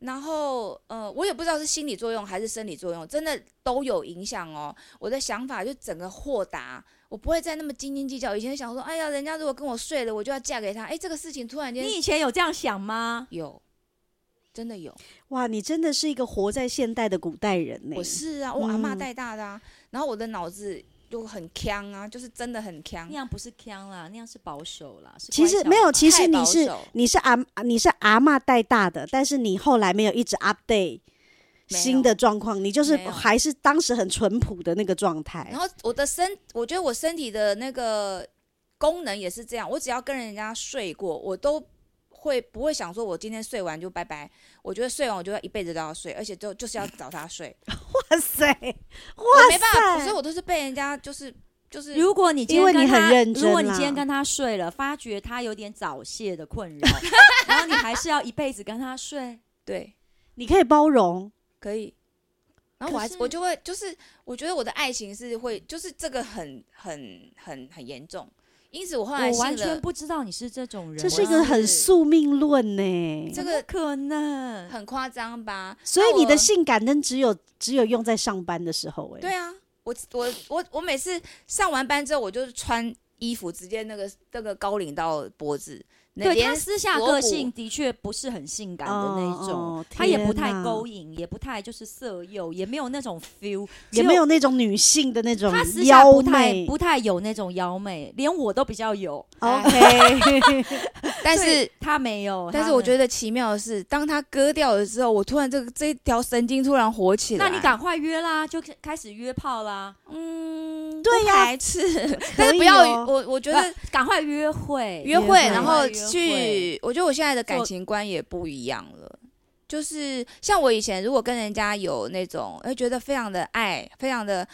Speaker 5: 然后，呃，我也不知道是心理作用还是生理作用，真的都有影响哦。我的想法就整个豁达，我不会再那么斤斤计较。以前想说，哎呀，人家如果跟我睡了，我就要嫁给他。哎，这个事情突然间
Speaker 3: 你以前有这样想吗？
Speaker 5: 有，真的有。
Speaker 4: 哇，你真的是一个活在现代的古代人呢、
Speaker 5: 我是啊，我阿妈
Speaker 4: 嗯
Speaker 5: 带大的啊，然后我的脑子就很呛啊，就是真的很呛
Speaker 3: 那。样不是腔啦，那样是保守啦。是
Speaker 4: 其
Speaker 3: 乖
Speaker 4: 实
Speaker 3: 小
Speaker 4: 没有，
Speaker 3: 孩
Speaker 4: 其
Speaker 5: 太
Speaker 4: 实你
Speaker 5: 保
Speaker 4: 是
Speaker 5: 守
Speaker 4: 你是阿你是阿嬷带大的，但是你后来没有一直 update
Speaker 5: 没
Speaker 4: 新
Speaker 5: 有
Speaker 4: 的状况，你就是
Speaker 5: 没有
Speaker 4: 还是当时很淳朴的那个状态
Speaker 5: 然。后我的身，我觉得我身体的那个功能也是这样，我只要跟人家睡过，我都会不会想说我今天睡完就拜拜？我觉得睡完我就要一辈子都要睡，而且就就是要找他睡，
Speaker 4: 哇塞，
Speaker 5: 我
Speaker 4: 哇
Speaker 5: 没办法，所以
Speaker 4: 塞，
Speaker 5: 我都是被人家就是就是
Speaker 3: 如果你今天
Speaker 4: 因为
Speaker 3: 跟
Speaker 4: 你很
Speaker 3: 他
Speaker 4: 认真
Speaker 3: 如果你
Speaker 4: 啦
Speaker 3: 今天跟他睡了，发觉他有点早泄的困 扰，然后你还是要一辈子跟他睡，
Speaker 5: 对
Speaker 4: 你可以包容，
Speaker 5: 可以。然后我还
Speaker 3: 可是
Speaker 5: 我就会就是我觉得我的爱情是会就是这个很很很很严重，因此我后来
Speaker 3: 我
Speaker 5: 信
Speaker 3: 完全
Speaker 5: 了
Speaker 3: 不知道你是这种人啊，
Speaker 4: 这是一个很
Speaker 5: 是
Speaker 4: 宿命论呢、
Speaker 5: 这
Speaker 3: 怎
Speaker 5: 个
Speaker 3: 么可能。
Speaker 5: 很夸张吧？
Speaker 4: 所以你
Speaker 5: 那我
Speaker 4: 的性感灯只有只有用在上班的时候、哎，
Speaker 5: 对啊，我我我我每次上完班之后，我就是穿衣服直接那个那个高领到脖子，那
Speaker 3: 对
Speaker 5: 连
Speaker 3: 他私下
Speaker 5: 锁
Speaker 3: 个
Speaker 5: 骨
Speaker 3: 性的确不是很性感的那一种，
Speaker 4: 哦哦
Speaker 3: 他也不
Speaker 4: 天
Speaker 3: 太
Speaker 4: 哪
Speaker 3: 勾引，也不太就是色诱，也没有那种 feel，
Speaker 4: 也
Speaker 3: 只
Speaker 4: 没有那种女性的那种
Speaker 3: 他私下
Speaker 4: 妖
Speaker 3: 不太
Speaker 4: 媚
Speaker 3: 不太有那种妖媚，连我都比较有。
Speaker 4: ，OK，
Speaker 5: 哎但
Speaker 3: 所以
Speaker 5: 是
Speaker 3: 他没有，
Speaker 5: 但是
Speaker 3: 他
Speaker 5: 我
Speaker 3: 没
Speaker 5: 觉得奇妙的是，当他割掉了之后，我突然这个这一条神经突然活起来。
Speaker 3: 那你赶快约啦，就开始约炮啦，
Speaker 5: 嗯，
Speaker 4: 对呀
Speaker 5: 不排斥，
Speaker 4: 可
Speaker 5: 但
Speaker 4: 以
Speaker 5: 是不要
Speaker 4: 哦
Speaker 5: 我我觉
Speaker 3: 不
Speaker 5: 得
Speaker 3: 赶快约会，
Speaker 5: 约
Speaker 4: 会
Speaker 5: 会，然后
Speaker 3: 约会
Speaker 5: 去，我觉得我现在的感
Speaker 3: 做
Speaker 5: 情观也不一样了。就是像我以前，如果跟人家有那种，哎，觉得非常的爱，非常的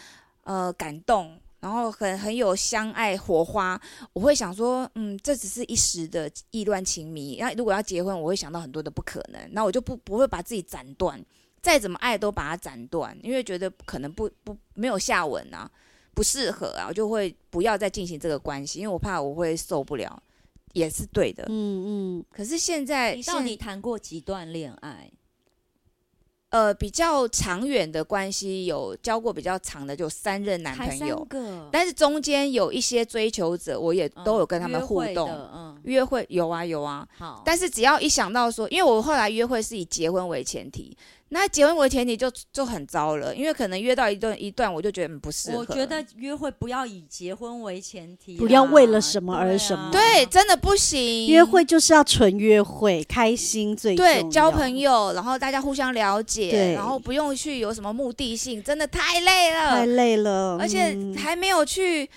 Speaker 5: 呃感动，然后很很有相爱火花，我会想说，嗯，这只是一时的意乱情迷。然后如果要结婚，我会想到很多的不可能，那我就不不会把自己斩断，再怎么爱都把它斩断，因为觉得可能不不没有下文啊，不适合啊，我就会不要再进行这个关系，因为我怕我会受不了，也是对的。
Speaker 4: 嗯嗯，
Speaker 5: 可是现在
Speaker 3: 你到底
Speaker 5: 现
Speaker 3: 谈过几段恋爱？
Speaker 5: 呃比较长远的关系，有交过比较长的，就三任男
Speaker 3: 谈
Speaker 5: 朋
Speaker 3: 三
Speaker 5: 友，
Speaker 3: 个，
Speaker 5: 但是中间有一些追求者，我也
Speaker 3: 嗯
Speaker 5: 都有跟他们互
Speaker 3: 约会
Speaker 5: 动。
Speaker 3: 的嗯，
Speaker 5: 约会有啊有啊，
Speaker 3: 好，
Speaker 5: 但是只要一想到说，因为我后来约会是以结婚为前提，那结婚为前提就就很糟了，因为可能约到一段一段，我就觉得嗯不适合。
Speaker 3: 我觉得约会不要以结婚为前提啦，啊
Speaker 4: 不要为了什么而什么
Speaker 3: 对啊
Speaker 5: 对，真的不行。
Speaker 4: 约会就是要纯约会，开心最重要
Speaker 5: 对交朋友，然后大家互相了解，
Speaker 4: 对
Speaker 5: 然后不用去有什么目的性，真的太累
Speaker 4: 太
Speaker 5: 了，
Speaker 4: 累了，
Speaker 5: 而且
Speaker 4: 嗯
Speaker 5: 还没有去。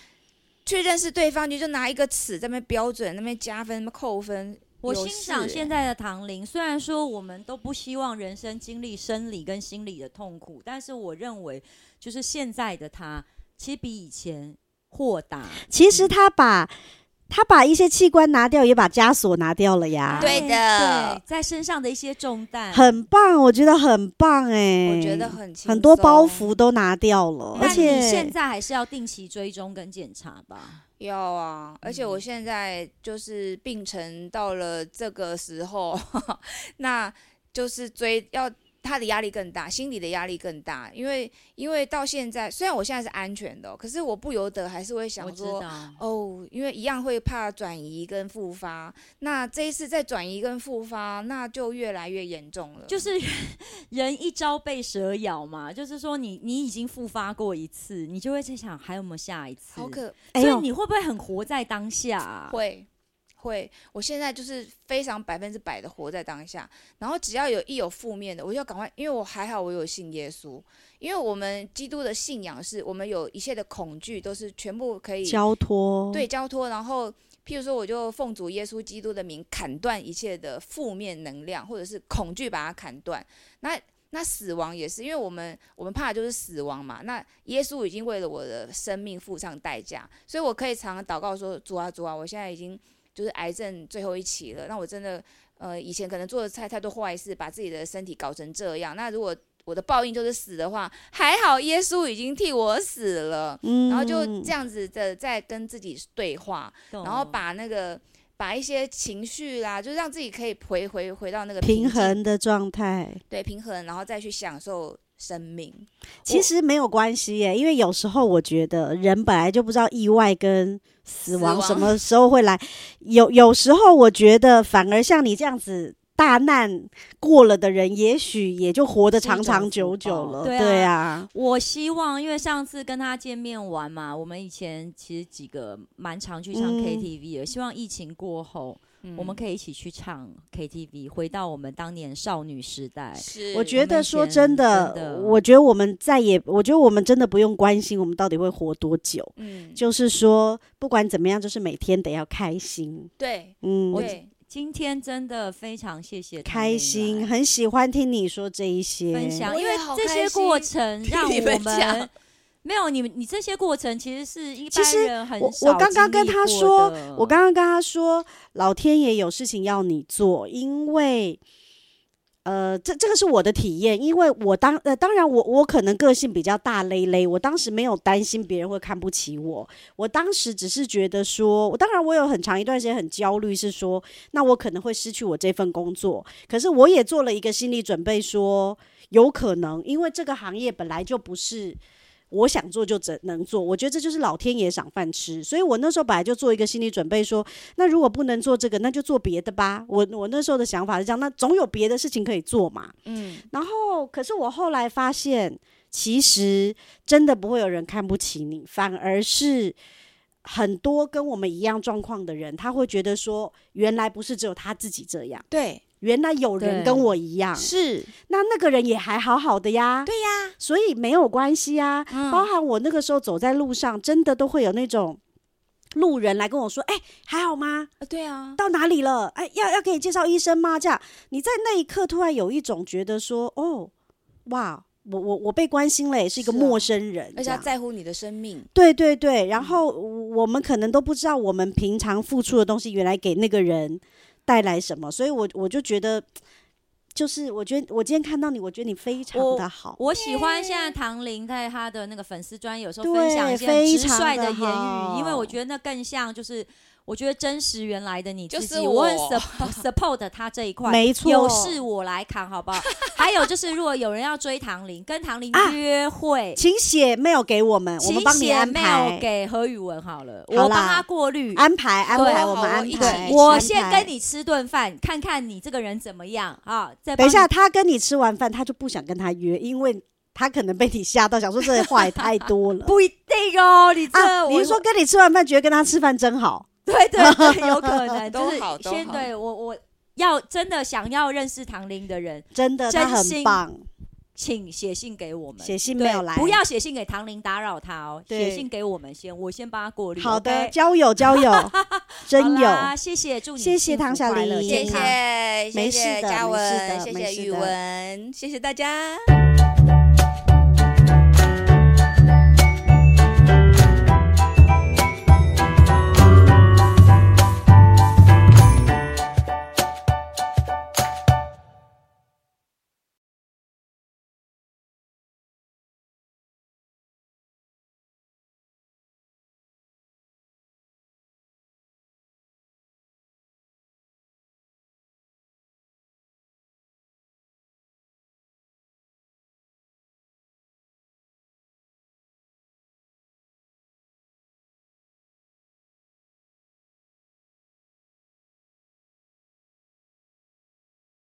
Speaker 5: 去认识对方，你就拿一个尺在那边标准，那边加分、那边扣分。
Speaker 3: 我
Speaker 5: 有
Speaker 3: 欣赏
Speaker 5: 事欸
Speaker 3: 现在的唐玲，虽然说我们都不希望人生经历生理跟心理的痛苦，但是我认为，就是现在的她，其实比以前豁达。
Speaker 4: 其实他把他把一些器官拿掉，也把枷锁拿掉了呀，
Speaker 5: 对的
Speaker 3: 对，在身上的一些重担，
Speaker 4: 很棒，我觉得很棒哎，
Speaker 5: 我觉得很轻
Speaker 4: 很多包
Speaker 5: 松
Speaker 4: 袱都拿掉了，而
Speaker 3: 但
Speaker 4: 且
Speaker 3: 你现在还是要定期追踪跟检查吧。
Speaker 5: 要啊，而且我
Speaker 3: 嗯
Speaker 5: 现在就是病程到了这个时候， 那就是追要他的压力更大，心理的压力更大，因为因为到现在虽然我现在是安全的哦、可是我不由得还是会
Speaker 3: 我
Speaker 5: 想
Speaker 3: 知
Speaker 5: 说。
Speaker 3: 道，
Speaker 5: 哦，因为一样会怕转移跟复发，那这一次再转移跟复发，那就越来越严重了。
Speaker 3: 就是人 人一朝被蛇咬嘛，就是说你你已经复发过一次，你就会在想还有没有下一次。
Speaker 5: 好可
Speaker 4: 哎
Speaker 3: 所以
Speaker 4: 呦，
Speaker 3: 你会不会很活在当下啊、
Speaker 5: 会会，我现在就是非常百分之百的活在当下，然后只要有一有负面的，我就要赶快，因为我还好我有信耶稣，因为我们基督的信仰是我们有一切的恐惧都是全部可以
Speaker 4: 交托
Speaker 5: 对交托，然后譬如说我就奉主耶稣基督的名砍断一切的负面能量或者是恐惧，把它砍断。那那死亡也是，因为我们我们怕的就是死亡嘛。那耶稣已经为了我的生命付上代价，所以我可以常常祷告说：主啊，主啊，我现在已经就是癌症最后一期了。那我真的呃，以前可能做了太太多坏事，把自己的身体搞成这样。那如果我的报应就是死的话，还好耶稣已经替我死了。
Speaker 4: 嗯哦
Speaker 5: 然后就这样子的在跟自己对话，
Speaker 3: 懂
Speaker 5: 然后把那个把一些情绪啦，就让自己可以回回回到那个
Speaker 4: 平
Speaker 5: 静
Speaker 4: 衡，的状态。
Speaker 5: 对平衡，然后再去享受生命。
Speaker 4: 其实没有关系耶，因为有时候我觉得人本来就不知道意外跟死亡
Speaker 5: 死亡
Speaker 4: 什么时候会来，有有时候我觉得反而像你这样子大难过了的人，也许也就活得
Speaker 3: 是一种
Speaker 4: 长长久久
Speaker 3: 福报
Speaker 4: 了。
Speaker 3: 对啊
Speaker 4: 对啊，
Speaker 3: 我希望，因为上次跟他见面玩嘛，我们以前其实几个蛮常去唱
Speaker 4: 嗯
Speaker 3: KTV 的。希望疫情过后，
Speaker 5: 嗯
Speaker 3: 我们可以一起去唱 KTV，回到我们当年少女时代。
Speaker 5: 是
Speaker 4: 我觉得说
Speaker 3: 我们以前
Speaker 4: 真的，
Speaker 3: 真的
Speaker 4: 我觉得我们再也，我觉得我们真的不用关心我们到底会活多久，
Speaker 5: 嗯，
Speaker 4: 就是说不管怎么样，就是每天得要开心。
Speaker 5: 对
Speaker 4: 嗯，
Speaker 5: 对，
Speaker 3: 今天真的非常谢谢唐
Speaker 4: 开
Speaker 3: 玲
Speaker 4: 心，
Speaker 3: 来
Speaker 4: 很喜欢听你说这一些
Speaker 3: 分享，
Speaker 5: 我
Speaker 3: 因
Speaker 5: 也
Speaker 3: 为
Speaker 5: 好
Speaker 3: 这
Speaker 5: 开
Speaker 3: 些
Speaker 5: 心
Speaker 3: 过程让
Speaker 5: 你
Speaker 3: 我
Speaker 5: 分享
Speaker 3: 们。没有你，你这些过程其实是一
Speaker 4: 其
Speaker 3: 般
Speaker 4: 实
Speaker 3: 人很
Speaker 4: 我
Speaker 3: 少
Speaker 4: 我刚刚跟
Speaker 3: 经历
Speaker 4: 他
Speaker 3: 过
Speaker 4: 说
Speaker 3: 的
Speaker 4: 我刚刚跟他说，老天爷有事情要你做，因为。呃，这这个是我的体验，因为我当呃，当然我我可能个性比较大咧咧，我当时没有担心别人会看不起我，我当时只是觉得说，我当然我有很长一段时间很焦虑，是说那我可能会失去我这份工作，可是我也做了一个心理准备说有可能，因为这个行业本来就不是我想做就只能做，我觉得这就是老天爷赏饭吃。所以我那时候本来就做一个心理准备说，那如果不能做这个，那就做别的吧。我我那时候的想法是这样，那总有别的事情可以做嘛。
Speaker 5: 嗯，
Speaker 4: 然后，可是我后来发现，其实真的不会有人看不起你，反而是很多跟我们一样状况的人，他会觉得说，原来不是只有他自己这样，
Speaker 5: 对，
Speaker 4: 原来有人
Speaker 3: 对
Speaker 4: 跟我一样，
Speaker 5: 是，
Speaker 4: 那那个人也还好好的呀，
Speaker 5: 对呀，
Speaker 4: 所以没有关系啊。
Speaker 3: 嗯
Speaker 4: 包含我那个时候走在路上，真的都会有那种路人来跟我说：“哎、还好吗？
Speaker 5: 呃对啊，
Speaker 4: 到哪里了？哎、要要给你介绍医生吗？”这样，你在那一刻突然有一种觉得说：“哦，哇，我我我被关心了，也是一个
Speaker 5: 是啊
Speaker 4: 陌生人。
Speaker 5: 而
Speaker 4: 这
Speaker 5: 且他
Speaker 4: 样
Speaker 5: 在乎你的生命，
Speaker 4: 对对对，然后我们可能都不知道我们平常付出的东西，原来给那个人带来什么，所以我我就觉得，就是我觉得我今天看到你，我觉得你非常的好，
Speaker 3: 我喜欢现在唐玲在她的那个粉丝专有时候
Speaker 4: 对
Speaker 3: 分享一些很
Speaker 4: 非
Speaker 3: 直
Speaker 4: 常
Speaker 3: 率
Speaker 4: 的
Speaker 3: 言
Speaker 4: 好
Speaker 3: 语，因为我觉得那更像就是。我觉得真实原来的你自己，
Speaker 5: 就是
Speaker 3: 我很
Speaker 5: 我
Speaker 3: sup- support 他这一块，
Speaker 4: 没错
Speaker 3: 有事我来扛，好不好？还有就是，如果有人要追唐玲，跟唐玲
Speaker 4: 啊
Speaker 3: 约会，
Speaker 4: 请写 mail 给我们，我
Speaker 3: 请
Speaker 4: 们帮你
Speaker 3: 写
Speaker 4: 安
Speaker 3: mail
Speaker 4: 排，
Speaker 3: 给何宇文好了，
Speaker 4: 好
Speaker 3: 我帮
Speaker 4: 啦啊
Speaker 3: 他过滤。
Speaker 4: 安排安排，
Speaker 3: 对
Speaker 4: 我们
Speaker 5: 好
Speaker 4: 安
Speaker 5: 一起
Speaker 4: 排。
Speaker 5: 一起
Speaker 3: 我
Speaker 4: 安
Speaker 3: 先
Speaker 4: 排
Speaker 3: 跟。你吃顿饭，看看你这个人怎么样啊？再
Speaker 4: 等一
Speaker 3: 帮
Speaker 4: 下，
Speaker 3: 你，
Speaker 4: 他跟你吃完饭，他就不想跟他约，因为他可能被你吓到，想说这话也太多 了。
Speaker 3: 不一定哦，你这、
Speaker 4: 啊，你
Speaker 3: 我
Speaker 4: 是说跟你吃完饭，觉得跟他吃饭真好？
Speaker 3: 对对 对，有可 能
Speaker 5: 都
Speaker 3: 就是
Speaker 5: 好都
Speaker 3: 先
Speaker 5: 好
Speaker 3: 对我我要真的想要认识唐玲的人，
Speaker 4: 真的，他
Speaker 3: 真
Speaker 4: 很
Speaker 3: 心
Speaker 4: 棒。
Speaker 3: 请写信给我们。
Speaker 4: 写信
Speaker 3: 对
Speaker 4: mail 来，
Speaker 3: 不要写信给唐玲打扰她哦，
Speaker 4: 对
Speaker 3: 写信给我们先，我先帮她过滤。
Speaker 4: 好的，
Speaker 3: OK？
Speaker 4: 交友 交友，真
Speaker 3: 好
Speaker 4: 有。
Speaker 3: 啦谢谢，祝你
Speaker 4: 谢谢
Speaker 3: 幸福
Speaker 4: 唐小
Speaker 3: 快乐
Speaker 4: 玲
Speaker 3: 健
Speaker 5: 谢
Speaker 3: 康
Speaker 5: 谢，
Speaker 4: 没
Speaker 5: 谢
Speaker 4: 事
Speaker 5: 谢
Speaker 4: 的
Speaker 5: 嘉
Speaker 4: 没事的
Speaker 5: 文，谢
Speaker 4: 没
Speaker 5: 谢
Speaker 4: 事
Speaker 5: 宇
Speaker 4: 的
Speaker 5: 文，谢谢大家。